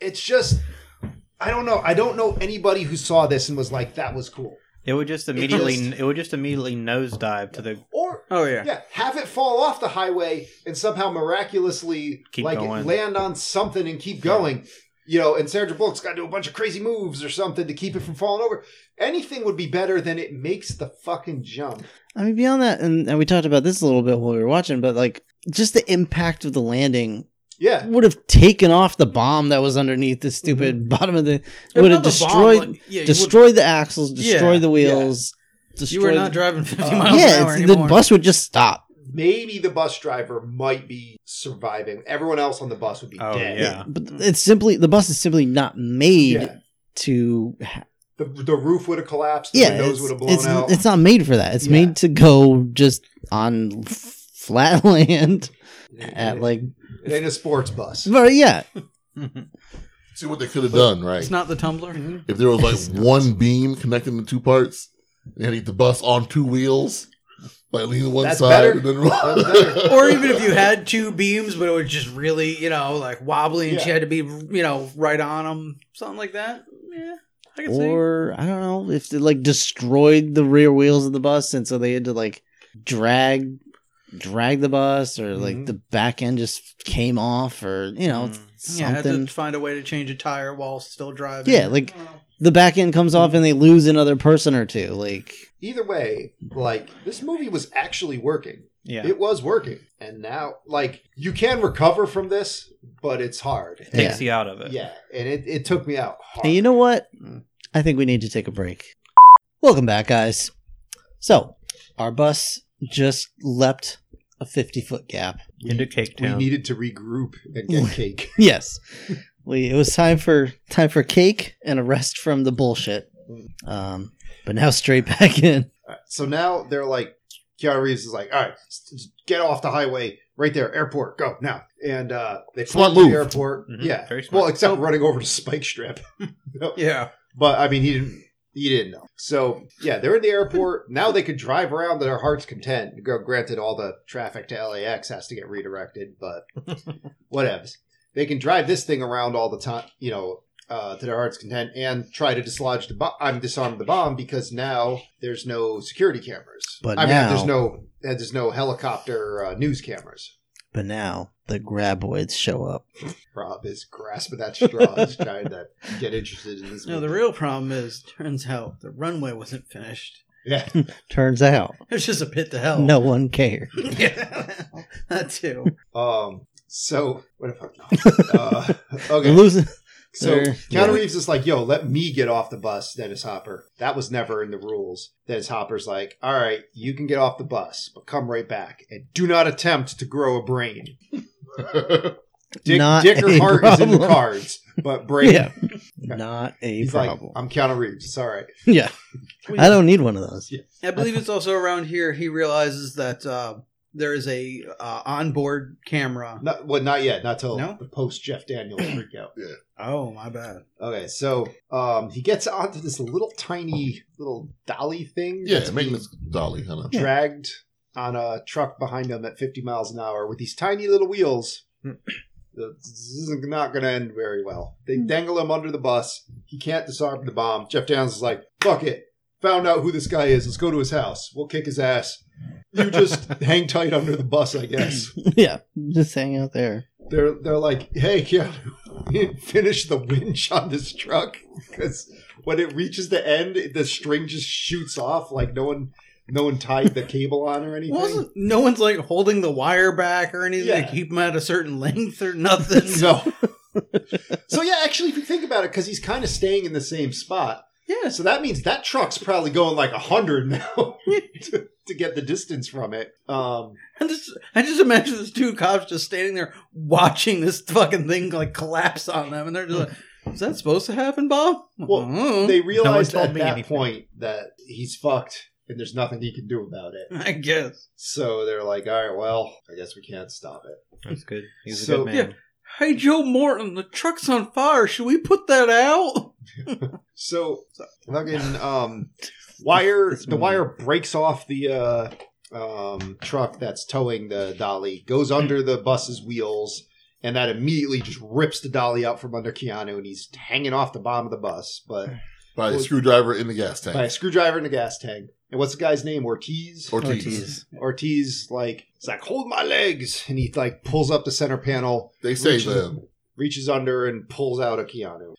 it's just i don't know i don't know anybody who saw this and was like that was cool It would just immediately it, just- would just immediately nosedive (laughs) to the or Oh yeah. yeah have it fall off the highway and somehow miraculously Keep like going. land on something and keep going you know and sandra bullock's got to do a bunch of crazy moves or something to keep it from falling over anything would be better than it makes the fucking jump I mean, beyond that, and, and we talked about this a little bit while we were watching, but like just the impact of the landing yeah would have taken off the bomb that was underneath the stupid bottom of the. Mm-hmm. If Would have not the bomb, destroyed, like- yeah, you would- destroyed the axles, destroyed Yeah, the wheels. You Destroyed were not driving 50 Uh, miles an yeah, hour it's- anymore. the bus would just stop. maybe the bus driver might be surviving everyone else on the bus would be Oh, dead yeah. But it's simply the bus is simply not made Yeah. to. ha- the, the roof would have collapsed. The Yeah, windows it's, would have blown it's, out. it's not made for that. It's Yeah. made to go just on f- flat (laughs) land at like. it ain't a sports bus. But yeah, see what they could have done, right? It's not the tumbler. if there was It's (laughs) like not. one beam connecting the two parts, and had to get the bus on two wheels, like lean to one That's side better. and then roll. (laughs) That's better. Or even if you had two beams, but it was just really, you know, like wobbly, and she Yeah. had to be, you know, right on them, something like that. Yeah, I can see. or I don't know if they like destroyed the rear wheels of the bus, and so they had to like drag, drag the bus, or Mm-hmm. like Mhm. the back end just came off, or you know Mm. Yeah, I had something. to find a way to change a tire while still driving. Yeah, like the back end comes off, and they lose another person or two. Like Either way, like this movie was actually working. yeah. It was working, and now like you can recover from this, but it's hard. Yeah. takes you out of it. Yeah, and it, it took me out. Hard. And you know what? Mm. I think we need to take a break. Welcome back, guys. So, our bus just leapt a 50 foot gap. Into Cake we Town. needed to regroup (laughs) and get cake. Yes. We, it was time for time for cake and a rest from the bullshit. Um, but now straight (laughs) back in. Alright, So now they're like, Keanu Reeves is like, all right, s- s- get off the highway right there, airport, go now. And uh, they Smart pull to the move. airport. Mhm, Yeah. very smart. Well, except running over to Spike Strip. yeah, But I mean, he didn't. He didn't know. So yeah, they're in (laughs) the airport now. They could drive around to their heart's content. Gr- Granted, all the traffic to LAX has to get redirected, (laughs) but whatevs. They can drive this thing around all the time, you know, uh, to their heart's content, and try to dislodge the bomb. I'm disarm the bomb because now there's no security cameras. But I now- mean, there's no uh, there's no helicopter uh, news cameras. But now the graboids show up. Rob is grasping that straw, is trying to get interested in this. no. The movie. real problem is, turns out the runway wasn't finished. (laughs) yeah. Turns out It's just a pit to hell. no one cared. (laughs) yeah, (laughs) that too. Um. So what the fuck? uh, okay. Losing. so there- Keanu Reeves is like, "Yo, let me get off the bus." Dennis Hopper. That was never in the rules. Dennis Hopper's like, "All right, you can get off the bus, but come right back and do not attempt to grow (laughs) a brain." Dick, Not Dick or a heart is in the problem. cards, (laughs) but brain. Yeah. Not a He's problem. like, "I'm Keanu Reeves. It's all right." yeah. I don't need one of those. I believe it's also around here. He realizes that uh, there is a uh, onboard camera. Not, well, not yet. Not till No? the post Jeff Daniels freakout. Oh my bad. Okay, so um, he gets onto this little tiny little dolly thing. yeah, that's making being this dolly, kind of. dragged on a truck behind him at 50 miles an hour with these tiny little wheels. this is not going to end very well. They dangle him under the bus. He can't disarm the bomb. Jeff Downs is like, fuck it. Found out who this guy is. Let's go to his house. We'll kick his ass. You just hang tight under the bus, I guess. yeah. Just hang out there. They're they're like, hey, Keanu, we didn't (laughs) finish the winch on this truck because when it reaches the end, the string just shoots off like no one no one tied the cable on or anything. Wasn't no one's like holding the wire back or anything Yeah. to keep him at a certain length or nothing. (laughs) (laughs) No. so yeah, actually, if you think about it, because he's kind of staying in the same spot, Yeah. So that means that truck's probably going like 100 (laughs) now to, to get the distance from it. Um, I just, I just imagine these two cops just standing there watching this fucking thing like collapse on them, and they're just like, "Is that supposed to happen, Bob?" Mm-hmm. Well, I don't know. they realized Hmm? told at me that anything. point that he's fucked and there's nothing he can do about (laughs) it. I guess. So they're like, all right, well, I guess we can't stop it. That's good. He's So- a good man. Yeah. Hey, Joe Morton, the truck's on fire. Should we put that out? So fucking um, wire the wire breaks off the uh, um, truck that's towing the dolly, goes under the bus's wheels, and that immediately just rips the dolly out from under Keanu, and he's hanging off the bottom of the bus, but By a Well- screwdriver in the gas tank. by a screwdriver and a gas tank. And what's the guy's name? Ortiz. Oh, Ortiz. Ortiz like it's like hold my legs, and he like pulls up the center panel, They say Reaches- the reaches under, and pulls out a Keanu,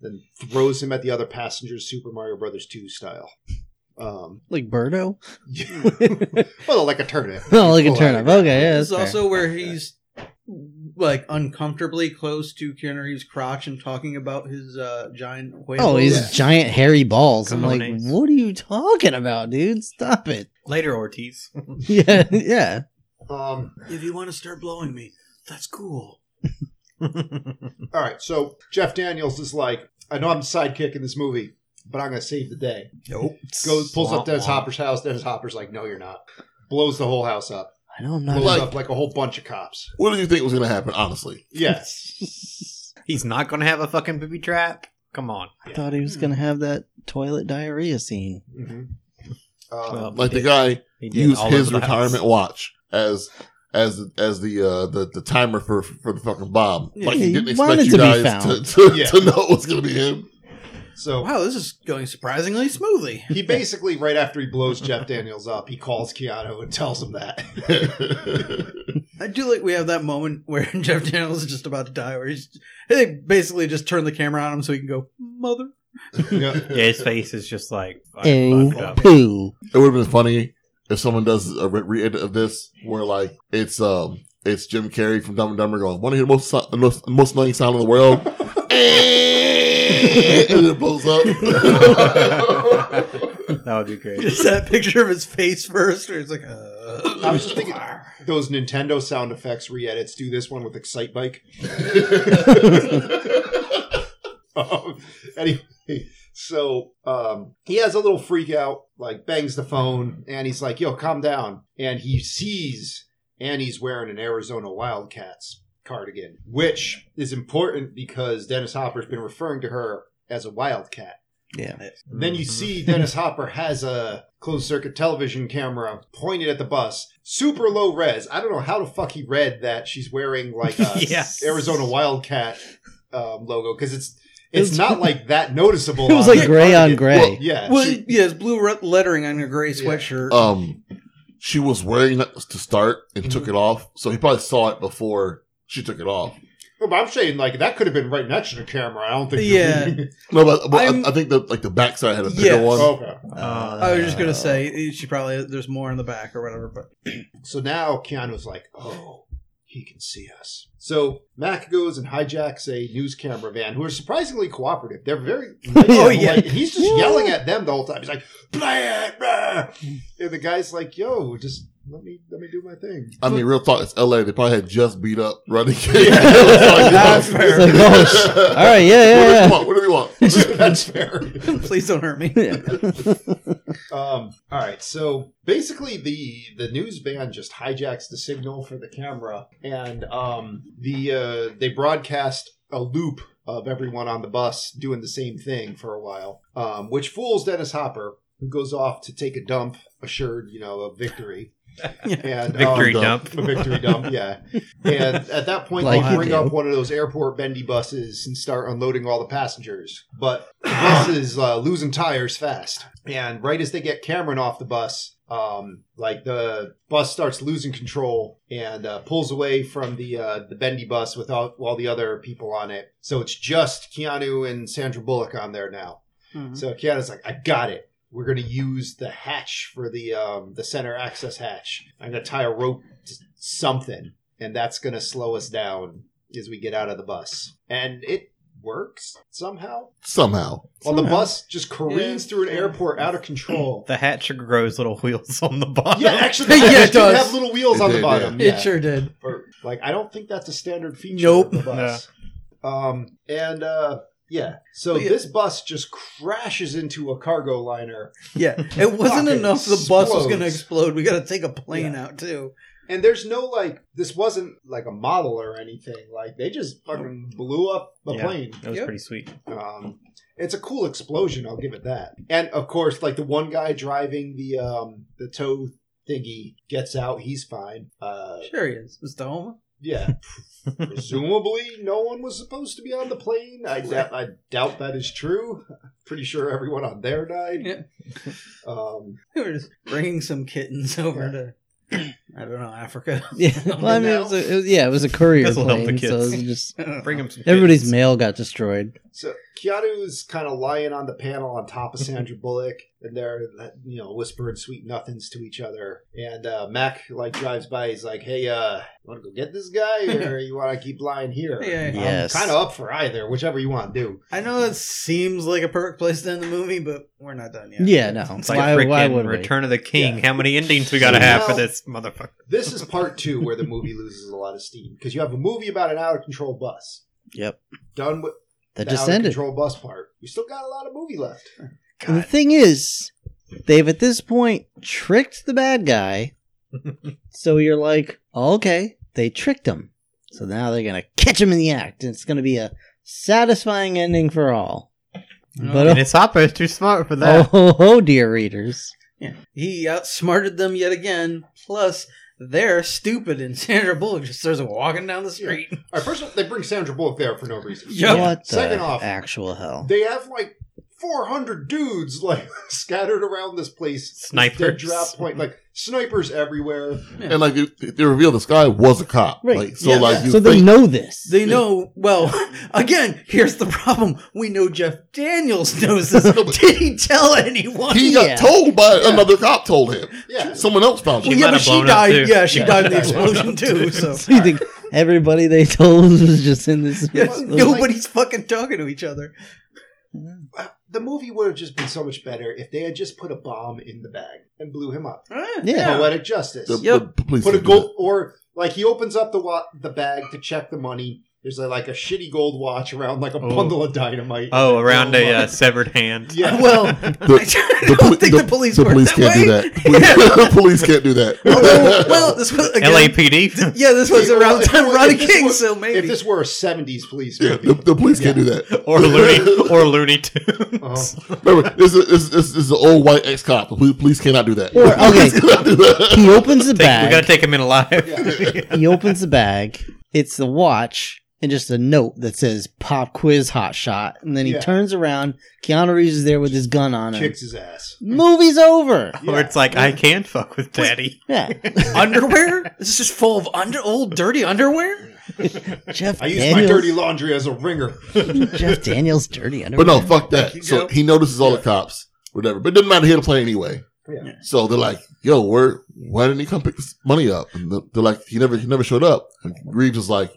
then throws him at the other passengers, Super Mario Brothers two style. Um, (laughs) Like Birdo? (laughs) well, like a turnip. No, like a Pull out turnip. Okay, yeah. This That's is also where he's like uncomfortably close to Keanu Reeves' crotch and talking about his uh, giant whale. Oh, his Yeah. giant hairy balls. I'm Come on, like, Ace. what are you talking about, dude? Stop it. (laughs) Later, Ortiz. Yeah, yeah. Um, if you want to start blowing me, that's cool. all right, so Jeff Daniels is like, I know I'm the sidekick in this movie, but I'm gonna save the day. (laughs) Nope. Goes pulls up Womp Dennis womp. Hopper's house. Dennis Hopper's like, No, you're not. Blows the whole house up. I know I'm not. Blows Like- up like a whole bunch of cops. What did you think was gonna happen, honestly? (laughs) Yes. (laughs) He's not gonna have a fucking booby trap. Come on. I thought he was gonna have that toilet diarrhea scene. Mhm. Well, Um, Like the He guy He did used all his over the house. retirement watch as as as the uh the, the timer for for the fucking bomb. Yeah, like he he didn't wanted expect you to guys be to, found. to, Yeah. to know it was gonna be him. so Wow, this is going surprisingly smoothly. He basically, right after he blows Jeff Daniels up, he calls Keanu and tells him that. (laughs) I do like we have that moment (laughs) where Jeff Daniels is just about to die, where he's they basically just turn the camera on him so he can go mother. (laughs) (laughs) Yeah, his face is just like I Oh, fucked up. poo. (laughs) It would have been funny if someone does a re- re-edit of this where like it's um it's Jim Carrey from Dumb and Dumber going, "Want to hear the most so- the most, the most annoying sound in the world?" and it blows up. That would (laughs) be great. Just that picture of his face first, where he's like, uh, I (laughs) was just thinking those Nintendo sound effects re edits do this one with Excitebike. (laughs) um, anyway, so um, he has a little freak out, like bangs the phone, and he's like, yo, calm down. And he sees Annie's wearing an Arizona Wildcats cardigan, which is important because Dennis Hopper's been referring to her as a Wildcat. Yeah. Mm-hmm. Then you see Dennis Hopper has a closed circuit television camera pointed at the bus, super low res. I don't know how the fuck he read that she's wearing (laughs) like a Yes. Arizona Wildcat um, logo because it's It it's was- (laughs) not like that noticeable. It was on like the gray on cardigan. gray. Yeah, well, she- yeah, it's blue re- lettering on your gray sweatshirt. Oh, um, she was wearing that to start and took it off, so he probably saw it before she took it off. but I'm saying like that could have been right next to the camera. I don't think. Yeah. No, but, but I'm- I, I think that like the backside had a bigger Yes. one. (laughs) Oh. okay. Uh, I was just gonna say she probably there's more in the back or whatever, but So now Keanu's like, oh, he can see us. So Mac goes and hijacks a news camera van, who are surprisingly cooperative. (laughs) They're very. Oh, Like, yeah. he's just yelling at them the whole time. He's like, play it, blah." and the guy's like, yo, just let me let me do (laughs) my thing. (laughs) I mean, real talk, it's L.A. They probably had just beat up running. (laughs) That's fair. (laughs) It's like, oh, sh- All right, yeah, Whatever you want, whatever you want. That's fair. please don't hurt me. (laughs) yeah, yeah. (laughs) Um, all right, so basically the the news van just hijacks the signal for the camera, and um, the uh, they broadcast a loop of everyone on the bus doing the same thing for a while, um, which fools Dennis Hopper, who goes off to take a dump, assured you know of victory. and, Victory Um, dump. a victory dump, yeah. And at that point, Like they you bring do. up one of those airport bendy buses and start unloading all the passengers. But the bus is uh, losing tires fast. And right as they get Cameron off the bus, um, like the bus starts losing control and uh, pulls away from the uh, the bendy bus without all the other people on it. So it's just Keanu and Sandra Bullock on there now. So Keanu's like, I got it. We're gonna use the hatch for the um, the center access hatch. I'm gonna tie a rope to something, and that's gonna slow us down as we get out of the bus. And it works somehow. somehow. While the bus just careens through an airport out of (laughs) control. The hatcher grows little wheels on the bottom. yeah, actually, Yeah, yeah, it it does does. have little wheels It on did, the bottom. It Yeah. sure did. Or, like I don't think that's a standard feature. Nope. Of the bus. Um, and uh, yeah, so But yeah. this bus just crashes into a cargo liner, Yeah, it wasn't Fucking enough. The bus was explodes. going to explode. We got to take a plane out too. and there's no like this wasn't like a model or anything. Like they just fucking blew up the Yeah. plane. (laughs) That was Yep. pretty sweet. Um, it's a cool explosion. I'll give it that. And of course, like the one guy driving the um the tow thingy gets out. He's fine. Uh, Sure he is, Mr. Homer. yeah. Presumably, no one was supposed to be on the plane. I doubt. I doubt that is true. Pretty sure everyone on there died. Yeah. Um, We were just bringing some kittens over to. (clears throat) I don't know Africa. (laughs) Yeah, well, I mean, it was a, it was, yeah, it was a courier This'll help the plane, so it kids. was just Bring him some. everybody's kittens. mail got destroyed. so Keanu's kind of lying on the panel on top (laughs) of Sandra Bullock, and they're you know whispering sweet nothings to each other. And uh, Mac like drives by. He's like, "Hey, uh, you want to go get this guy, (laughs) or you want to keep lying here?" Yeah. I'm Yes. kind of up for either, whichever you want to do. I know that seems like a perfect place to end the movie, but we're not done yet. Yeah, no, It's like why, freaking why would we? Return of the King. Yeah. How many endings we gotta have for Well- this motherfucker? This is part two where the movie loses a lot of steam because you have a movie about an out of control bus. Yep, done with that the just out of ended. control bus part. We still got a lot of movie left. And the thing is, they've at this point tricked the bad guy. so you're like, oh, okay, they tricked him. So now they're gonna catch him in the act, and it's gonna be a satisfying ending for all. But And oh, his hopper is too smart for oh, that. oh, oh, dear readers, Yeah. He outsmarted them yet again. Plus, they're stupid, and (laughs) Sandra Bullock just starts walking down the street. All right, first of all, they bring Sandra Bullock there for no reason. Yep. what the Second off, actual hell? they have like 400 dudes (laughs) like scattered around this place. this Snipers. dead drop point, like (laughs) snipers everywhere. And like they, they reveal this guy was a cop. Right. Like, so Yeah. like you so they think- know this. They know, well, (laughs) again, here's the problem. We know Jeff Daniels knows this. Did he tell anyone? he Yeah. got told by another cop told him. Yeah. Someone else found well, him. might yeah, but have she blown up, died. too. Yeah, she Yeah. died in the Yeah. explosion, too. So So (laughs) you think everybody they told was just in this? (laughs) Yeah, nobody's fucking talking to each other. The movie would have just been so much better if they had just put a bomb in the bag and blew him up. Yeah. Poetic justice. The, Yep. the police put a didn't do gold or like he opens up the wa- the bag to check the money. There's a, like a shitty gold watch around like a Oh. bundle of dynamite. Oh, around a uh, yes. severed hand. (laughs) yeah. (laughs) Well, (laughs) that. The, I the don't poli- think the, police the work police can't that do way. (laughs) that. (laughs) The police can't do that. well, well, this was again, LAPD. Yeah, this was around the time of If Rodney this King, were- so maybe. If this were a '70s police yeah, movie, the, (laughs) the police can't do that. Or Looney, or Looney Tunes. Uh-huh. Remember, this is, this, this, this is an old white ex cop. The police- police cannot do that. Or, okay. Police cannot do that. he opens the Take, we gotta bag. take him in alive. (laughs) He opens the bag. It's the watch and just a note that says "Pop Quiz Hot Shot," and then he Yeah. turns around. Keanu Reeves is there with his gun on him. kicks his ass. Movie's over. Yeah. Where it's like, I can fuck with daddy. Yeah, (laughs) underwear? This is just full of under old dirty underwear? Jeff I use Daniels. my dirty laundry as a ringer. (laughs) (laughs) Jeff Daniels dirty But underwear. no, fuck that. So Joe. he notices all the cops, whatever. But it doesn't matter. He had a plane anyway. Yeah. So they're like, "Yo, where? Why didn't he come pick this money up?" And the- they're like, "He never, he never showed up." And Reeves is like,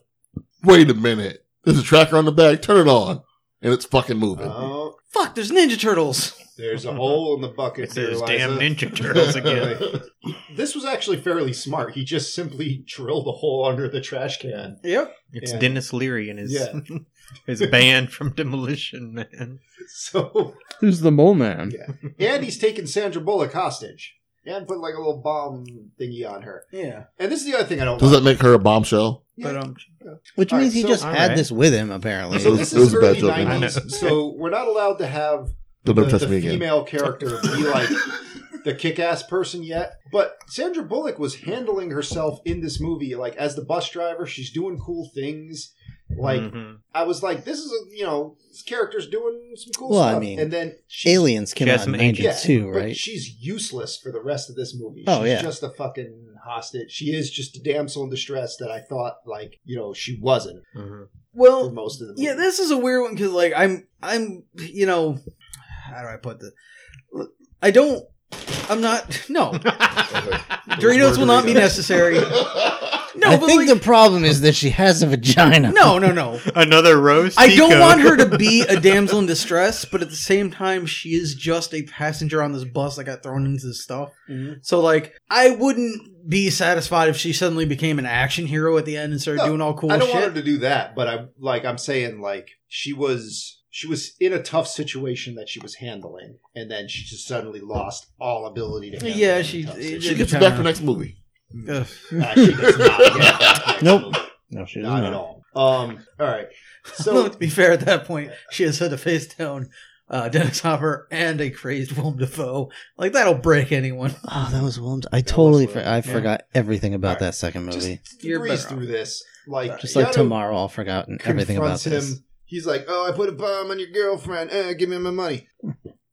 "Wait a minute. There's a tracker on the bag. Turn it on, and it's fucking moving." Oh, Fuck, there's Ninja Turtles. (laughs) there's (laughs) a hole in the bucket. It's here, those Liza. damn (laughs) Ninja Turtles again. this was actually fairly smart. He just simply drilled a hole under the trash can. (laughs) Yep. It's Yeah. Dennis Leary and his Yeah. (laughs) his band from Demolition Man. So, Who's the mole man? and he's taken Sandra Bullock hostage and put like a little bomb thingy on her. Yeah. And this is the other thing I don't. Does like. that make her a bombshell? But um Which All means right, he so- just all had right. this with him apparently. So It was- this it was is a bad early joke. I know. (laughs) '90s. So we're not allowed to have Don't the, ever touch the me again. female character (laughs) be like the kick-ass person yet but sandra bullock was handling herself in this movie like as the bus driver she's doing cool things like Mhm. i was like this is a you know this character's doing some cool Well, I stuff mean, and then she's, Aliens came She has out in some ancient- yeah, 92, but right? she's useless for the rest of this movie Oh, she's yeah. just a fucking hostage she is just a damsel in distress that i thought like you know she wasn't Mhm. for well most of the movie Yeah, this is a weird one because, like, I'm, I'm, you know, how do I put this? I don't, (laughs) (laughs) I'm not. No, Doritos will not be necessary. No, I but think like- the problem is that she has a vagina. no, no, no. Another rose. I don't Tico. want her to be a damsel in distress, but at the same time, she is just a passenger on this bus that got thrown into this stuff. Mm-hmm. So, like, I wouldn't be satisfied if she suddenly became an action hero at the end and started No, doing all cool I don't shit. want her to do that, but I'm like I'm saying like she was she was in a tough situation that she was handling, and then she just suddenly lost all ability to. Handle Yeah, any she- tough it- situation. She gets it back for next movie. Ugh. Uh, she does not get it (laughs) back. Nope. No, she (laughs) not at all. Um. All (laughs) right. Well, So to be fair, at that point, she has had to face down uh, Dennis Hopper and a crazed Willem Dafoe. Like, that'll break anyone. (laughs) Oh, that was Williams. I That totally was for- I Williams, yeah. forgot everything about Alright, that second just movie. You're breeze better off. through this. Like Just, like Yano tomorrow, I'll forgotten everything about confronts him. this. He's like, "Oh, I put a bomb on your girlfriend. Eh, give me my money."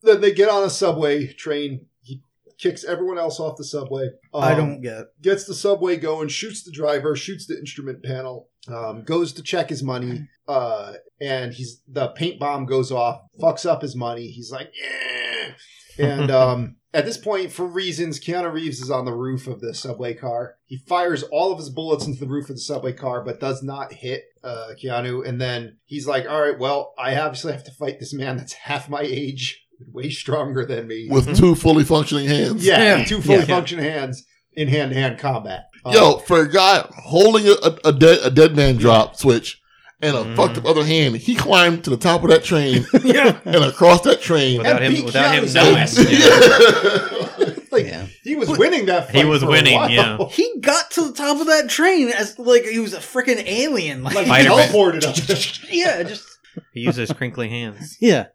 then they get on a subway train. He kicks everyone else off the subway. I Um, don't get gets the subway going, shoots the driver, shoots the instrument panel, um, goes to check his money, uh, and he's the paint bomb goes off, fucks up his money. He's like, yeah. And um, at this point, for reasons, Keanu Reeves is on the roof of the subway car. He fires all of his bullets into the roof of the subway car, but does not hit uh, Keanu. And then he's like, all right, well, I obviously have to fight this man that's (laughs) half my age, way stronger than me. With two fully functioning hands. yeah, two fully Yeah. functioning hands in hand to hand combat. Um, Yo, for a guy holding a, a, a dead a dead man drop switch and a Mhm. fucked up other hand, he climbed to the top of that train Yeah. and across that train. Without And him, beat without him, Keanu's knowing. ass. Yeah. (laughs) (laughs) like Yeah. he was winning that. Fight He was for a winning, while. yeah. He got to the top of that train as, like, he was a freaking alien. Like, (laughs) Like he Spider-Man. teleported up. (laughs) yeah, (laughs) just. He uses crinkly hands. Yeah.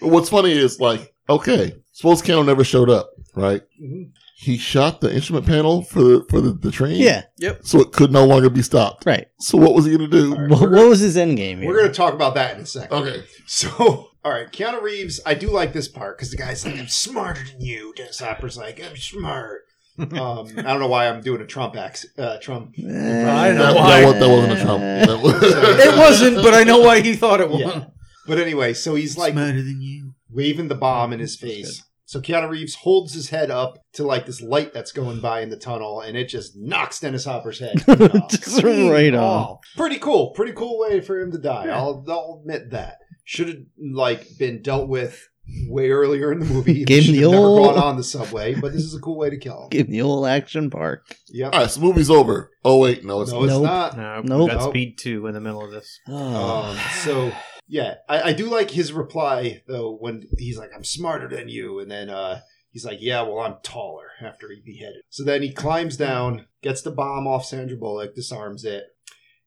But what's funny is like, okay, suppose Keanu never showed up, right? Mhm. He shot the instrument panel for the for the, the train. Yeah. So it could no longer be stopped. Right. So what was he gonna do? All right, What, we're what was his end game? (laughs) We're gonna talk about that in a second. Okay. (laughs) So, all right, Keanu Reeves. I do like this part because the guy's like, "I'm smarter than you." Dennis Hopper's like, "I'm (laughs) smart." um, I don't know why I'm doing a Trump ax- uh, Trump. Eh. I don't know That, why. that, was, that wasn't (laughs) a Trump. That was- (laughs) It wasn't, but I know why he thought it was. Yeah. But anyway, so he's like, smarter than (laughs) you. waving the bomb in his face. So Keanu Reeves holds his head up to like this light that's going by in the tunnel, and it just knocks Dennis Hopper's head (laughs) off. Just Clean right off. Pretty cool. Pretty cool way for him to die. I'll, I'll admit that. Should have like been dealt with way earlier in the movie. Gave him Should've the never old- gone on the subway, but this is a cool way to kill him. Give me old action park. Yep. All right, so movie's over. Oh wait, no, it's No, it's Nope. not. No, Nope. That's speed two in the middle of this. Oh. Oh. Um, so yeah, I, I do like his reply though when he's like, "I'm smarter than you," and then uh, he's like, "Yeah, well, I'm taller." After he beheaded, so then he climbs down, gets the bomb off Sandra Bullock, disarms it,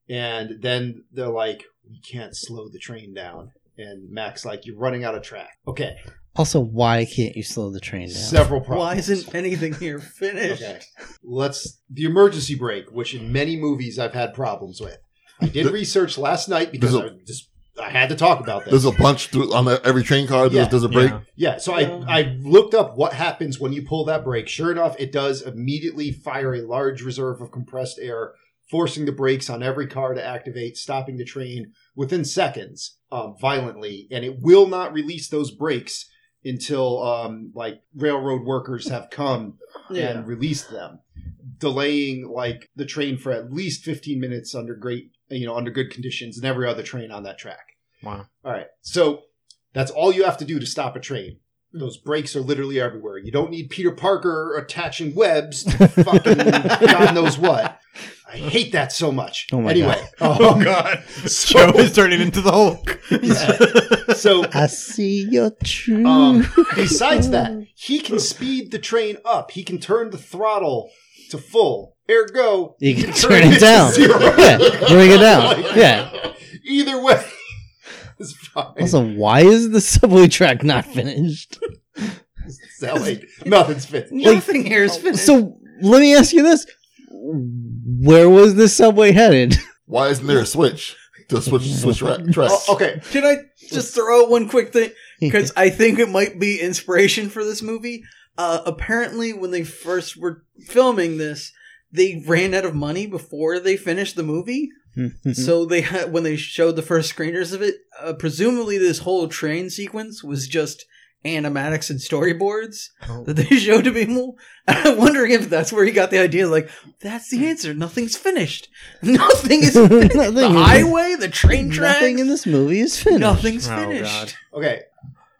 and then they're like, "We can't slow the train down." And Max like, "You're running out of track." Okay, also, why can't you slow the train down? several problems. Why isn't anything here finished? Okay. Let's the emergency brake, which in many movies I've had problems with. I did Th- research last night because There's I just I had to talk about this. There's a bunch through, on the, every train car. There's, Yeah. there's a break. Yeah. Yeah, so I, I looked up what happens when you pull that brake. Sure enough, it does immediately fire a large reserve of compressed air, forcing the brakes on every car to activate, stopping the train within seconds um, violently. And it will not release those brakes until um, like railroad workers have come and released them, delaying like the train for at least 15 minutes under great, you know, under good conditions and every other train on that track. Wow. All right. So that's all you have to do to stop a train. Those brakes are literally everywhere. You don't need Peter Parker attaching webs to fucking God knows what. I hate that so much. Oh my anyway, Oh (laughs) (laughs) God, So- Joe is turning into the Hulk. Yeah. so I see your true. um, besides that, he can speed the train up. He can turn the throttle to full. Ergo, you (laughs) can turn it down. zero. Yeah, bring it (laughs) down. Like, Yeah. Either way, (laughs) it's fine. Also, why is the subway track not finished? It's LA. Nothing's fit. Nothing here (laughs) is finished. So let me ask you this: Where was the subway headed? (laughs) Why isn't there a switch to switch switch ra- Oh, tracks? okay. Can I just throw out one quick (laughs) thing? Because I think it might be inspiration for this movie. Uh, apparently, when they first were filming this, they ran out of money before they finished the movie. So they had, when they showed the first screeners of it, uh, presumably this whole train sequence was just animatics and storyboards that they (laughs) showed to people. And I'm wondering if that's where he got the idea. Like, that's the answer. Nothing's finished. Hmm. (laughs) (laughs) Nothing is finished. Nothing the is- highway, the train tracks. Nothing in this movie is finished. Nothing's Oh, finished. God. Okay,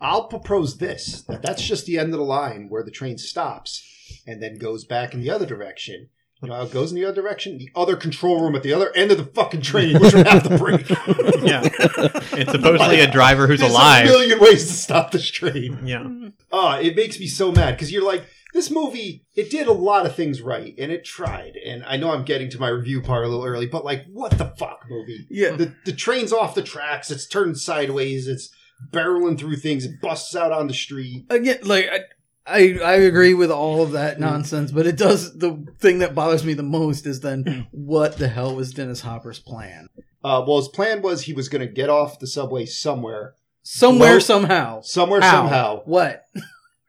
I'll propose this: that that's just the end of the line where the train stops and then goes back in the other direction. You know, how it goes in the other direction. The other control room at the other end of the fucking train, which would have (laughs) to break. (laughs) Yeah. It's supposedly a driver who's There's a alive. million ways to stop this train. Yeah. Mm-hmm. Ah, it makes me so mad because you're like, this movie, it did a lot of things right and it tried. And I know I'm getting to my review part a little early, but like, what the fuck, movie? Yeah. The, the train's off the tracks, it's turned sideways, it's barreling through things, it busts out on the street. Again, like I, I, I agree with all of Hmm. that nonsense, but it does the thing that bothers me the most is Hmm. then what the hell was Dennis Hopper's plan? Uh, well, his plan was he was going to get off the subway somewhere, Somewhere, Well, somehow, somewhere, How? somehow. what?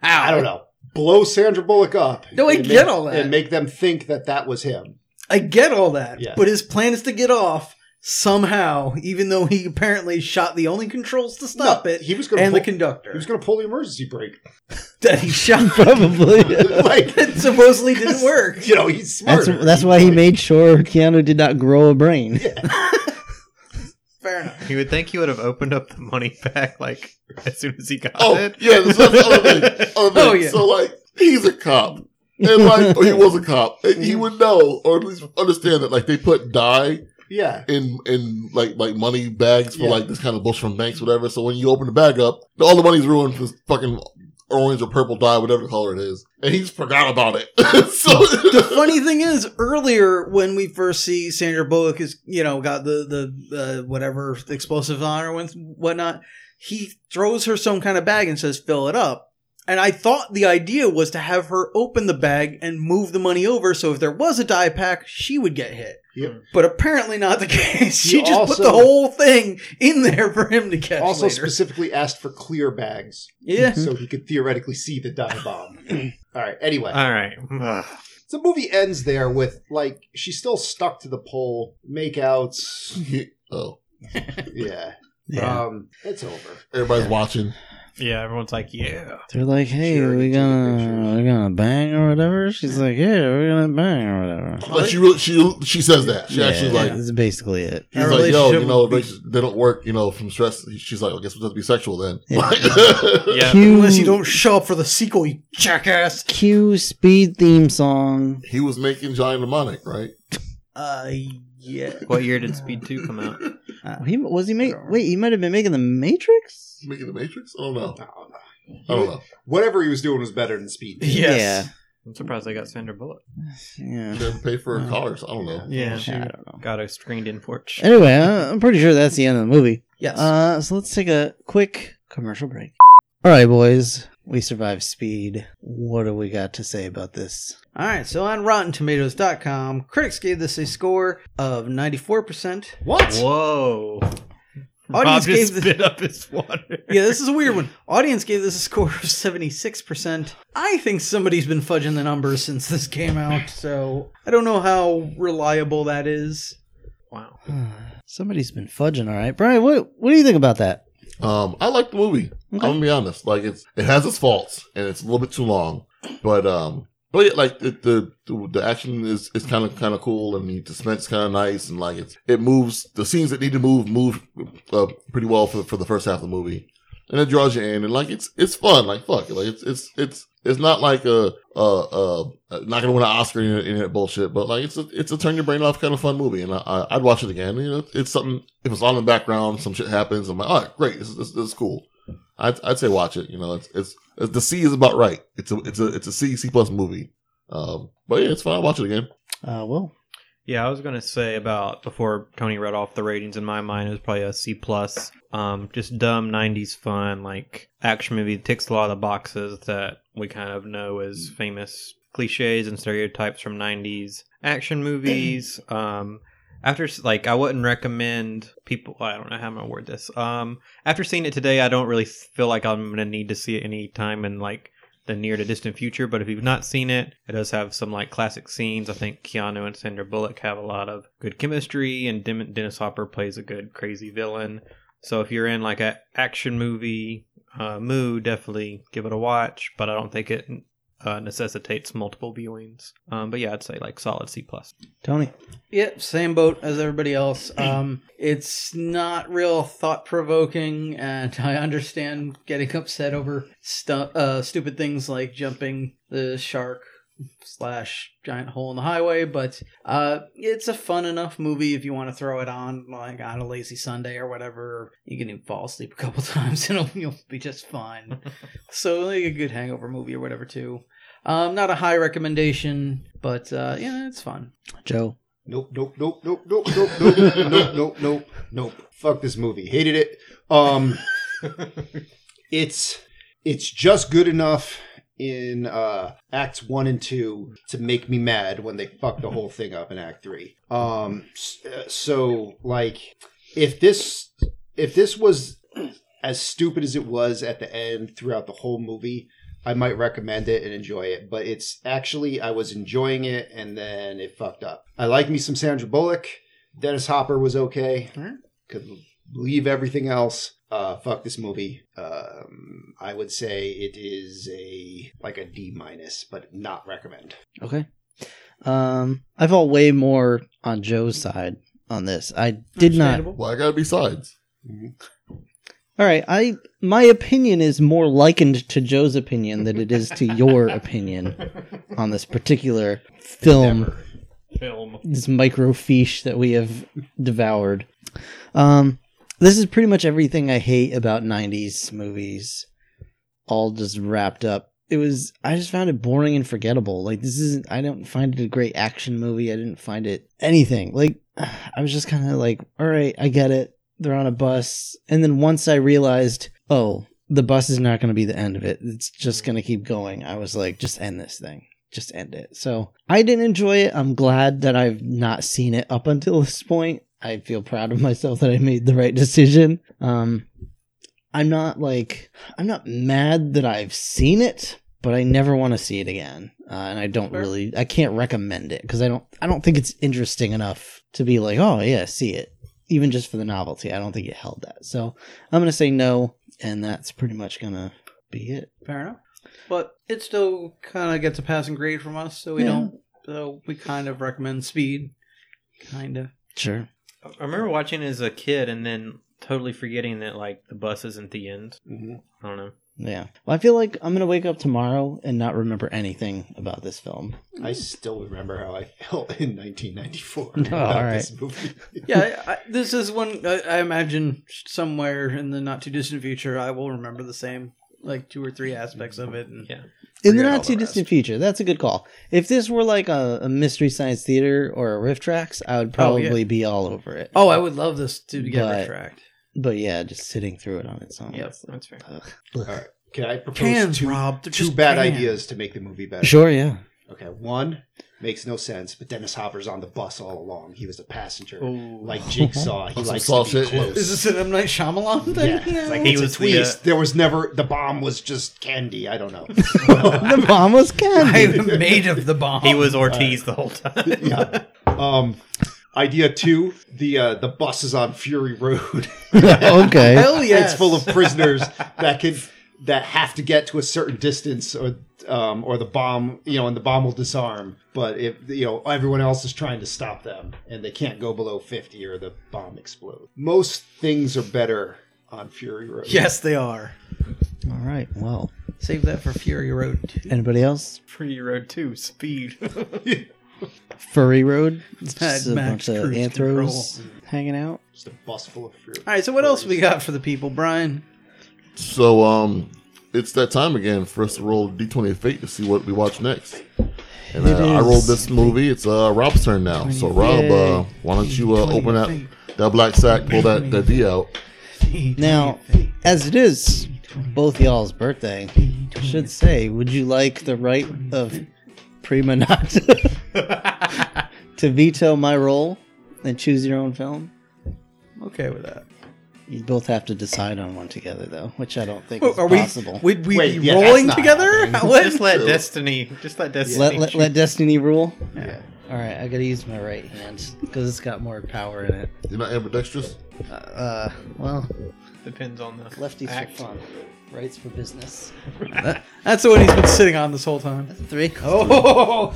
How? (laughs) I don't know. Blow Sandra Bullock up. No, I And get make- all that. And make them think that that was him. I get all that, Yeah. but his plan is to get off somehow, even though he apparently shot the only controls to stop No, it He was going and to the pull, conductor (laughs) he was gonna pull the emergency brake. (laughs) that he (laughs) shot (laughs) Probably. like, that supposedly didn't (laughs) work. you know, he's smart. That's that's why he made sure Keanu did not grow a brain. (laughs) Fair enough. You would think he would have opened up the money back like as soon as he got (laughs) Oh it. yeah, that's, that's the other thing. (laughs) Other thing. Oh, yeah. So like, he's a cop, and like, or he was a cop, and he would know, or at least understand that like they put dye (laughs) Yeah. in in like like money bags for Yeah. like this kind of bullshit from banks, whatever. So when you open the bag up, all the money's ruined for this fucking orange or purple dye, whatever the color it is, and he's forgot about it. (laughs) so (laughs) Funny thing is, earlier when we first see Sandra Bullock is you know got the the uh, whatever explosive on her and whatnot, he throws her some kind of bag and says fill it up. And I thought the idea was to have her open the bag and move the money over, so if there was a die pack, she would get hit. Yep. But apparently not the (laughs) case. You She just put also- the whole thing in there for him to catch Also later. specifically asked for clear bags yeah. so he could theoretically see the dye (clears throat) bomb. All right. Anyway, All right. (sighs) Ugh. so the movie ends there with like she's still stuck to the pole, (laughs) makeouts. oh, Yeah. Yeah. Um, it's over. everybody's watching. Yeah, everyone's like, yeah. They're like, hey, Sure, are take we the gonna pictures. we gonna bang or whatever? She's like, yeah, we're gonna bang or whatever. Like she really, she she says that she yeah, actually like. that's basically it. He's Our like, yo, relationship you know, would be- they, they don't work, you know, from stress. She's like, I guess we'll have to be sexual then. Yeah. Like- (laughs) Yeah. Cue, Unless you don't show up for the sequel, you jackass. cue speed theme song. (laughs) He was making Johnny Mnemonic, right? Uh, yeah. What year did Speed 2 come out? Uh, he was he make wait he might have been making the Matrix. Making the Matrix? I don't know. I don't know. I don't know. Whatever he was doing was better than speed. Yes. I'm surprised they got Sandra Bullock. Yeah, They had to pay for her collars. I don't know. Yeah, I don't know. got a screened in porch. Anyway, uh, I'm pretty sure that's the end of the movie. Yes. Uh, so let's take a quick commercial break. All right, boys, we survived Speed. What do we got to say about this? (sighs) All right, so on RottenTomatoes.com, critics gave this a score of 94%. What? Whoa. Bob Audience just gave the- spit up his water. (laughs) Yeah, this is a weird one. Audience gave this a score of 76%. I think somebody's been fudging the numbers since this came out, so I don't know how reliable that is. Wow. Somebody's been fudging, all right, Brian. What What do you think about that? Um, I like the movie. I'm gonna be honest. Like it's it has its faults and it's a little bit too long, but um, but yeah, like the the, the, the action is is kind of kind of cool and the suspense kind of nice and like it's it moves the scenes that need to move move uh, pretty well for for the first half of the movie, and it draws you in and like it's it's fun. Like fuck, like it's it's it's. It's not like a, a, a, a Uh, not gonna win an Oscar in it, in it bullshit, but like it's a it's a turn your brain off kind of fun movie, and I, I I'd watch it again. You know, it's something if it's on in the background, some shit happens. I'm like, all right, great, this is, this, this is cool. I'd, I'd say watch it. You know, it's, it's it's the C is about right. It's a it's a it's a C C plus movie. Um, but yeah, it's fine. I'll watch it again. Uh, well, Yeah, I was gonna say about before Tony read off the ratings. In my mind, it was probably a C plus. Um, just dumb '90s fun, like action movie. Ticks a lot of the boxes that we kind of know as famous cliches and stereotypes from '90s action movies. Um, after s- like, I wouldn't recommend people. I don't know how I'm gonna word this. Um, after seeing it today, I don't really feel like I'm gonna need to see it any time in like the near to distant future. But if you've not seen it, it does have some like classic scenes. I think Keanu and Sandra Bullock have a lot of good chemistry, and Dem- Dennis Hopper plays a good crazy villain. So if you're in like a action movie, uh, Moo, definitely give it a watch, but I don't think it uh, necessitates multiple viewings. Um, but yeah, I'd say like solid C plus. Tony. Yep, same boat as (clears throat) everybody else. Um, it's not real thought provoking, and (laughs) I understand getting upset over stu- uh, stupid things like jumping the shark slash giant hole in the highway. But uh, it's a fun enough movie if you want to throw it on like on a lazy Sunday or whatever. You can even fall asleep a couple (laughs) times and it'll, you'll be (laughs) just fine. so like a good hangover movie or whatever too. Um, not a high recommendation, but uh, yeah, it's fun. Joe. Nope, nope, nope, nope, nope, nope, nope, nope, nope, nope, nope. Fuck this movie. Hated it. Um it's it's just good enough in uh acts 1 and 2 to make me mad when they fuck the whole thing up in act 3. Um s- uh, so like if this if this was as stupid as it was at the end throughout the whole movie, I might recommend it and enjoy it, but it's actually I was enjoying it and then it fucked up. I like me some Sandra Bullock. Dennis Hopper was okay. Mhm. Could leave everything else. Uh, fuck this movie. Um, I would say it is a like a D minus, but not recommend. Okay. Um, I felt way more on Joe's side on this. I did not. Understandable. Well, I gotta be sides. All right. I my opinion is more likened to Joe's opinion than it is to (laughs) your opinion on this particular film. Film. this microfiche that we have devoured. Um, this is pretty much everything I hate about '90s movies, all just wrapped up. It was I just found it boring and forgettable. Like this isn't. I don't find it a great action movie. I didn't find it anything. Like (sighs) I was just kind of like, all right, I get it. They're on a bus, and then once I realized, oh, the bus is not going to be the end of it. It's just going to keep going. I was like, just end this thing just end it. So I didn't enjoy it. I'm glad that I've not seen it up until this point. I feel proud of myself that I made the right decision. Um, I'm not like I'm not mad that I've seen it, but I never want to see it again, uh, and I don't Fair. really I can't recommend it because I don't I don't think it's interesting enough to be like oh yeah see it even just for the novelty. I don't think it held that. So I'm gonna say no, and that's pretty much gonna be it. Fair enough. But it still kind of gets a passing grade from us, so we Yeah. don't. So we kind of recommend Speed. Kind of. Sure. I remember watching it as a kid and then totally forgetting that like the bus isn't the end. Mm-hmm. Mhm. I don't know. Yeah. Well, I feel like I'm going to wake up tomorrow and not remember anything about this film. I still remember how I (laughs) felt in (laughs) 1994 Oh, about all right. this movie. Yeah, I, I, this is one I, I imagine somewhere in the not too distant future I will remember the same like two or three aspects of it. And Yeah. In the Forget all not the too rest. distant future. That's a good call. If this were like a, a Mystery Science Theater or a Riff Tracks, I would Oh, yeah. probably be all over it. Oh, I would love this to get But- retract. But yeah, just sitting through it on its own. Yep, That's fair. Ugh. Can I propose Cans, two, Rob. They're two just bad cans. ideas to make the movie better? Sure, yeah. Okay, one makes no sense, but Dennis Hopper's on the bus all along. He was a passenger, like Jigsaw. (laughs) He Some likes to be sausage. close. Is this an M Night Shyamalan thing? (laughs) Yeah, it's like He it's a was the, twist. uh, there was never the bomb was just candy. I don't know. (laughs) the bomb was (laughs) candy. I'm (laughs) made of the bomb. He was Ortiz the whole time. yeah. Um, idea two: the uh, the bus is on Fury Road. (laughs) okay. Hell yes. it's full of (laughs) prisoners that can that have to get to a certain distance, or um, or the bomb, you know, and the bomb will disarm. But if you know everyone else is trying to stop them, and they can't go below fifty, or the bomb explodes. Most things are better on Fury Road. Yes, they are. All right. Well, Save that for Fury Road. anybody else? Free Road (laughs) 2, Speed. Furry Road? It's Mad just a Max bunch of Cruise anthros hanging out. just a bus full of Fury. All right, so what else we got for the people, Brian? So um, it's that time again for us to roll D twenty of fate to see what we watch next. And uh, It I, I rolled is. this movie. It's uh, Rob's turn now. So Rob, uh, why don't you uh, open up that black sack, pull that that D out? Now, as it is both y'all's birthday, I should say, would you like the right of Prima Nocta (laughs) to veto my role and choose your own film? I'm okay with that. You both have to decide on one together, though, which I don't think is Are we possible. would we Wait, be yeah, that's rolling not together? (laughs) happening. What? just let Destiny. Just let Destiny. let, let, let destiny rule. Yeah. All right, I gotta use my right hand because it's got more power in it. You're not ambidextrous. Uh, Uh, well, Depends on the lefty's for act. fun, Rights for business. That's the one he's been sitting on this whole time. That's a three. (laughs) Oh, All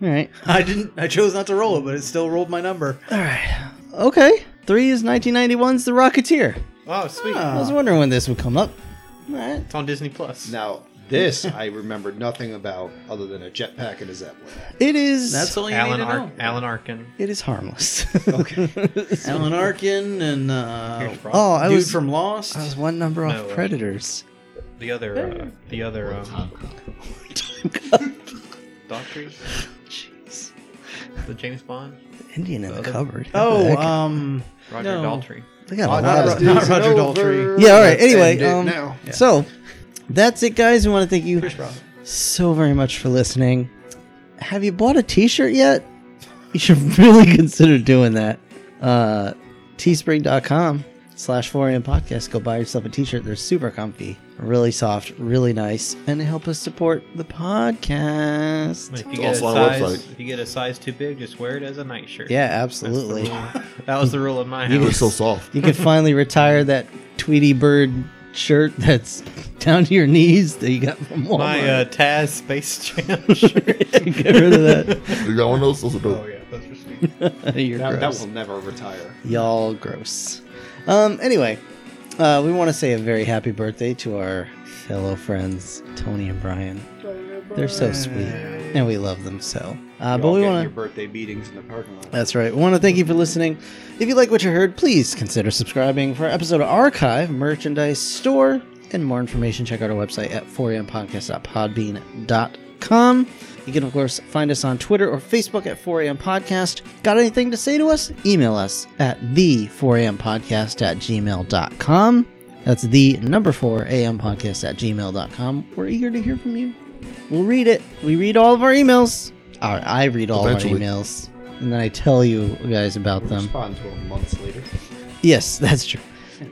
right. I didn't. I chose not to roll it, but it still rolled my number. All right. Okay. Three is 1991's The Rocketeer. Oh, sweet. I was wondering when this would come up. All right. It's on Disney Plus. Now, this I remember nothing about other than a jetpack and a zeppelin. It is. That's all you Alan, need to Ar- know. Alan Arkin. It is harmless. Okay. Alan Arkin and uh, Here's Rob. oh, I dude was from (laughs) Lost. I was one number off No, uh, Predators. (laughs) The other, uh, the other, um, Doctor, Oh, Jeez. the James Bond, Indian in the Other- cupboard. (laughs) oh, Heck. um, Roger No. Daltrey. they got a lot of- Podcast Not is Roger over. Daltrey. Yeah, all right. Let's Anyway, end it um, now. So, that's it, guys. We want to thank you so very much for listening. Have you bought a T-shirt yet? You should (laughs) really consider doing that. Uh, teespring.com slash 4am podcast. Go buy yourself a T-shirt. They're super comfy, really soft, really nice, and they help us support the podcast. If you, get a also on our size, website. if you get a size too big, just wear it as a nightshirt. Yeah, That's the absolutely. rule. That was the rule in (laughs) my You It's house. so soft. You can finally retire that Tweety Bird shirt that's (laughs) down to your knees that you got from Walmart. My uh, Taz Space Jam (laughs) shirt. (laughs) Oh, Get rid of that. You got one of those? Those are dope. yeah, those are sweet. You're That, that gross. will never retire. Y'all gross. Um, anyway, uh, we want to say a very happy birthday to our fellow friends, Tony and Brian. They're so sweet, and we love them so. Uh, but Y'all we get want your to. birthday meetings in the parking lot. That's right. We want to thank you for listening. If you like what you heard, please consider subscribing for our episode of Archive, Merchandise Store, and more information. Check out our website at 4ampodcast.podbean.com. You can, of course, find us on Twitter or Facebook at 4am Podcast. Got anything to say to us? Email us at the 4am Podcast at gmail.com. That's the number 4am Podcast at gmail.com. We're eager to hear from you. We'll read it. We read all of our emails. Or I read all Eventually. of our emails. And then I tell you guys about We'll Um, them. Respond to them months later. Yes, that's true.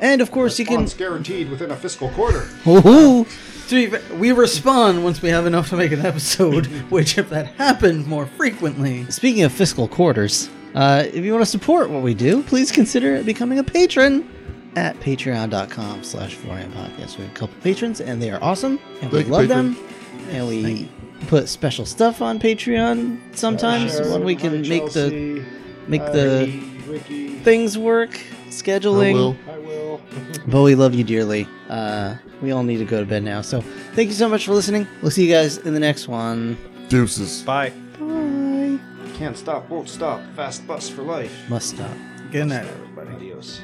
And of course, you can. Response guaranteed within a fiscal quarter. Woohoo! To be fa- we respond once we have enough to make an episode, (laughs) which if that happened more frequently, (laughs) Speaking of fiscal quarters, uh, if you want to support what we do, please consider becoming a patron at patreon.com slash 4am podcast. We have a couple patrons, and they are awesome, and we Thank you, love patron. them, and we put special stuff on Patreon sometimes when we can Hi, make the Chelsea. make Hi, the Ricky. things work, scheduling. I will. I will. But we love you dearly. Uh, we all need to go to bed now. So thank you so much for listening. We'll see you guys in the next one. Deuces. Bye. Bye. Can't stop, won't stop. Fast bus for life. Must stop. good night. Everybody. Adios.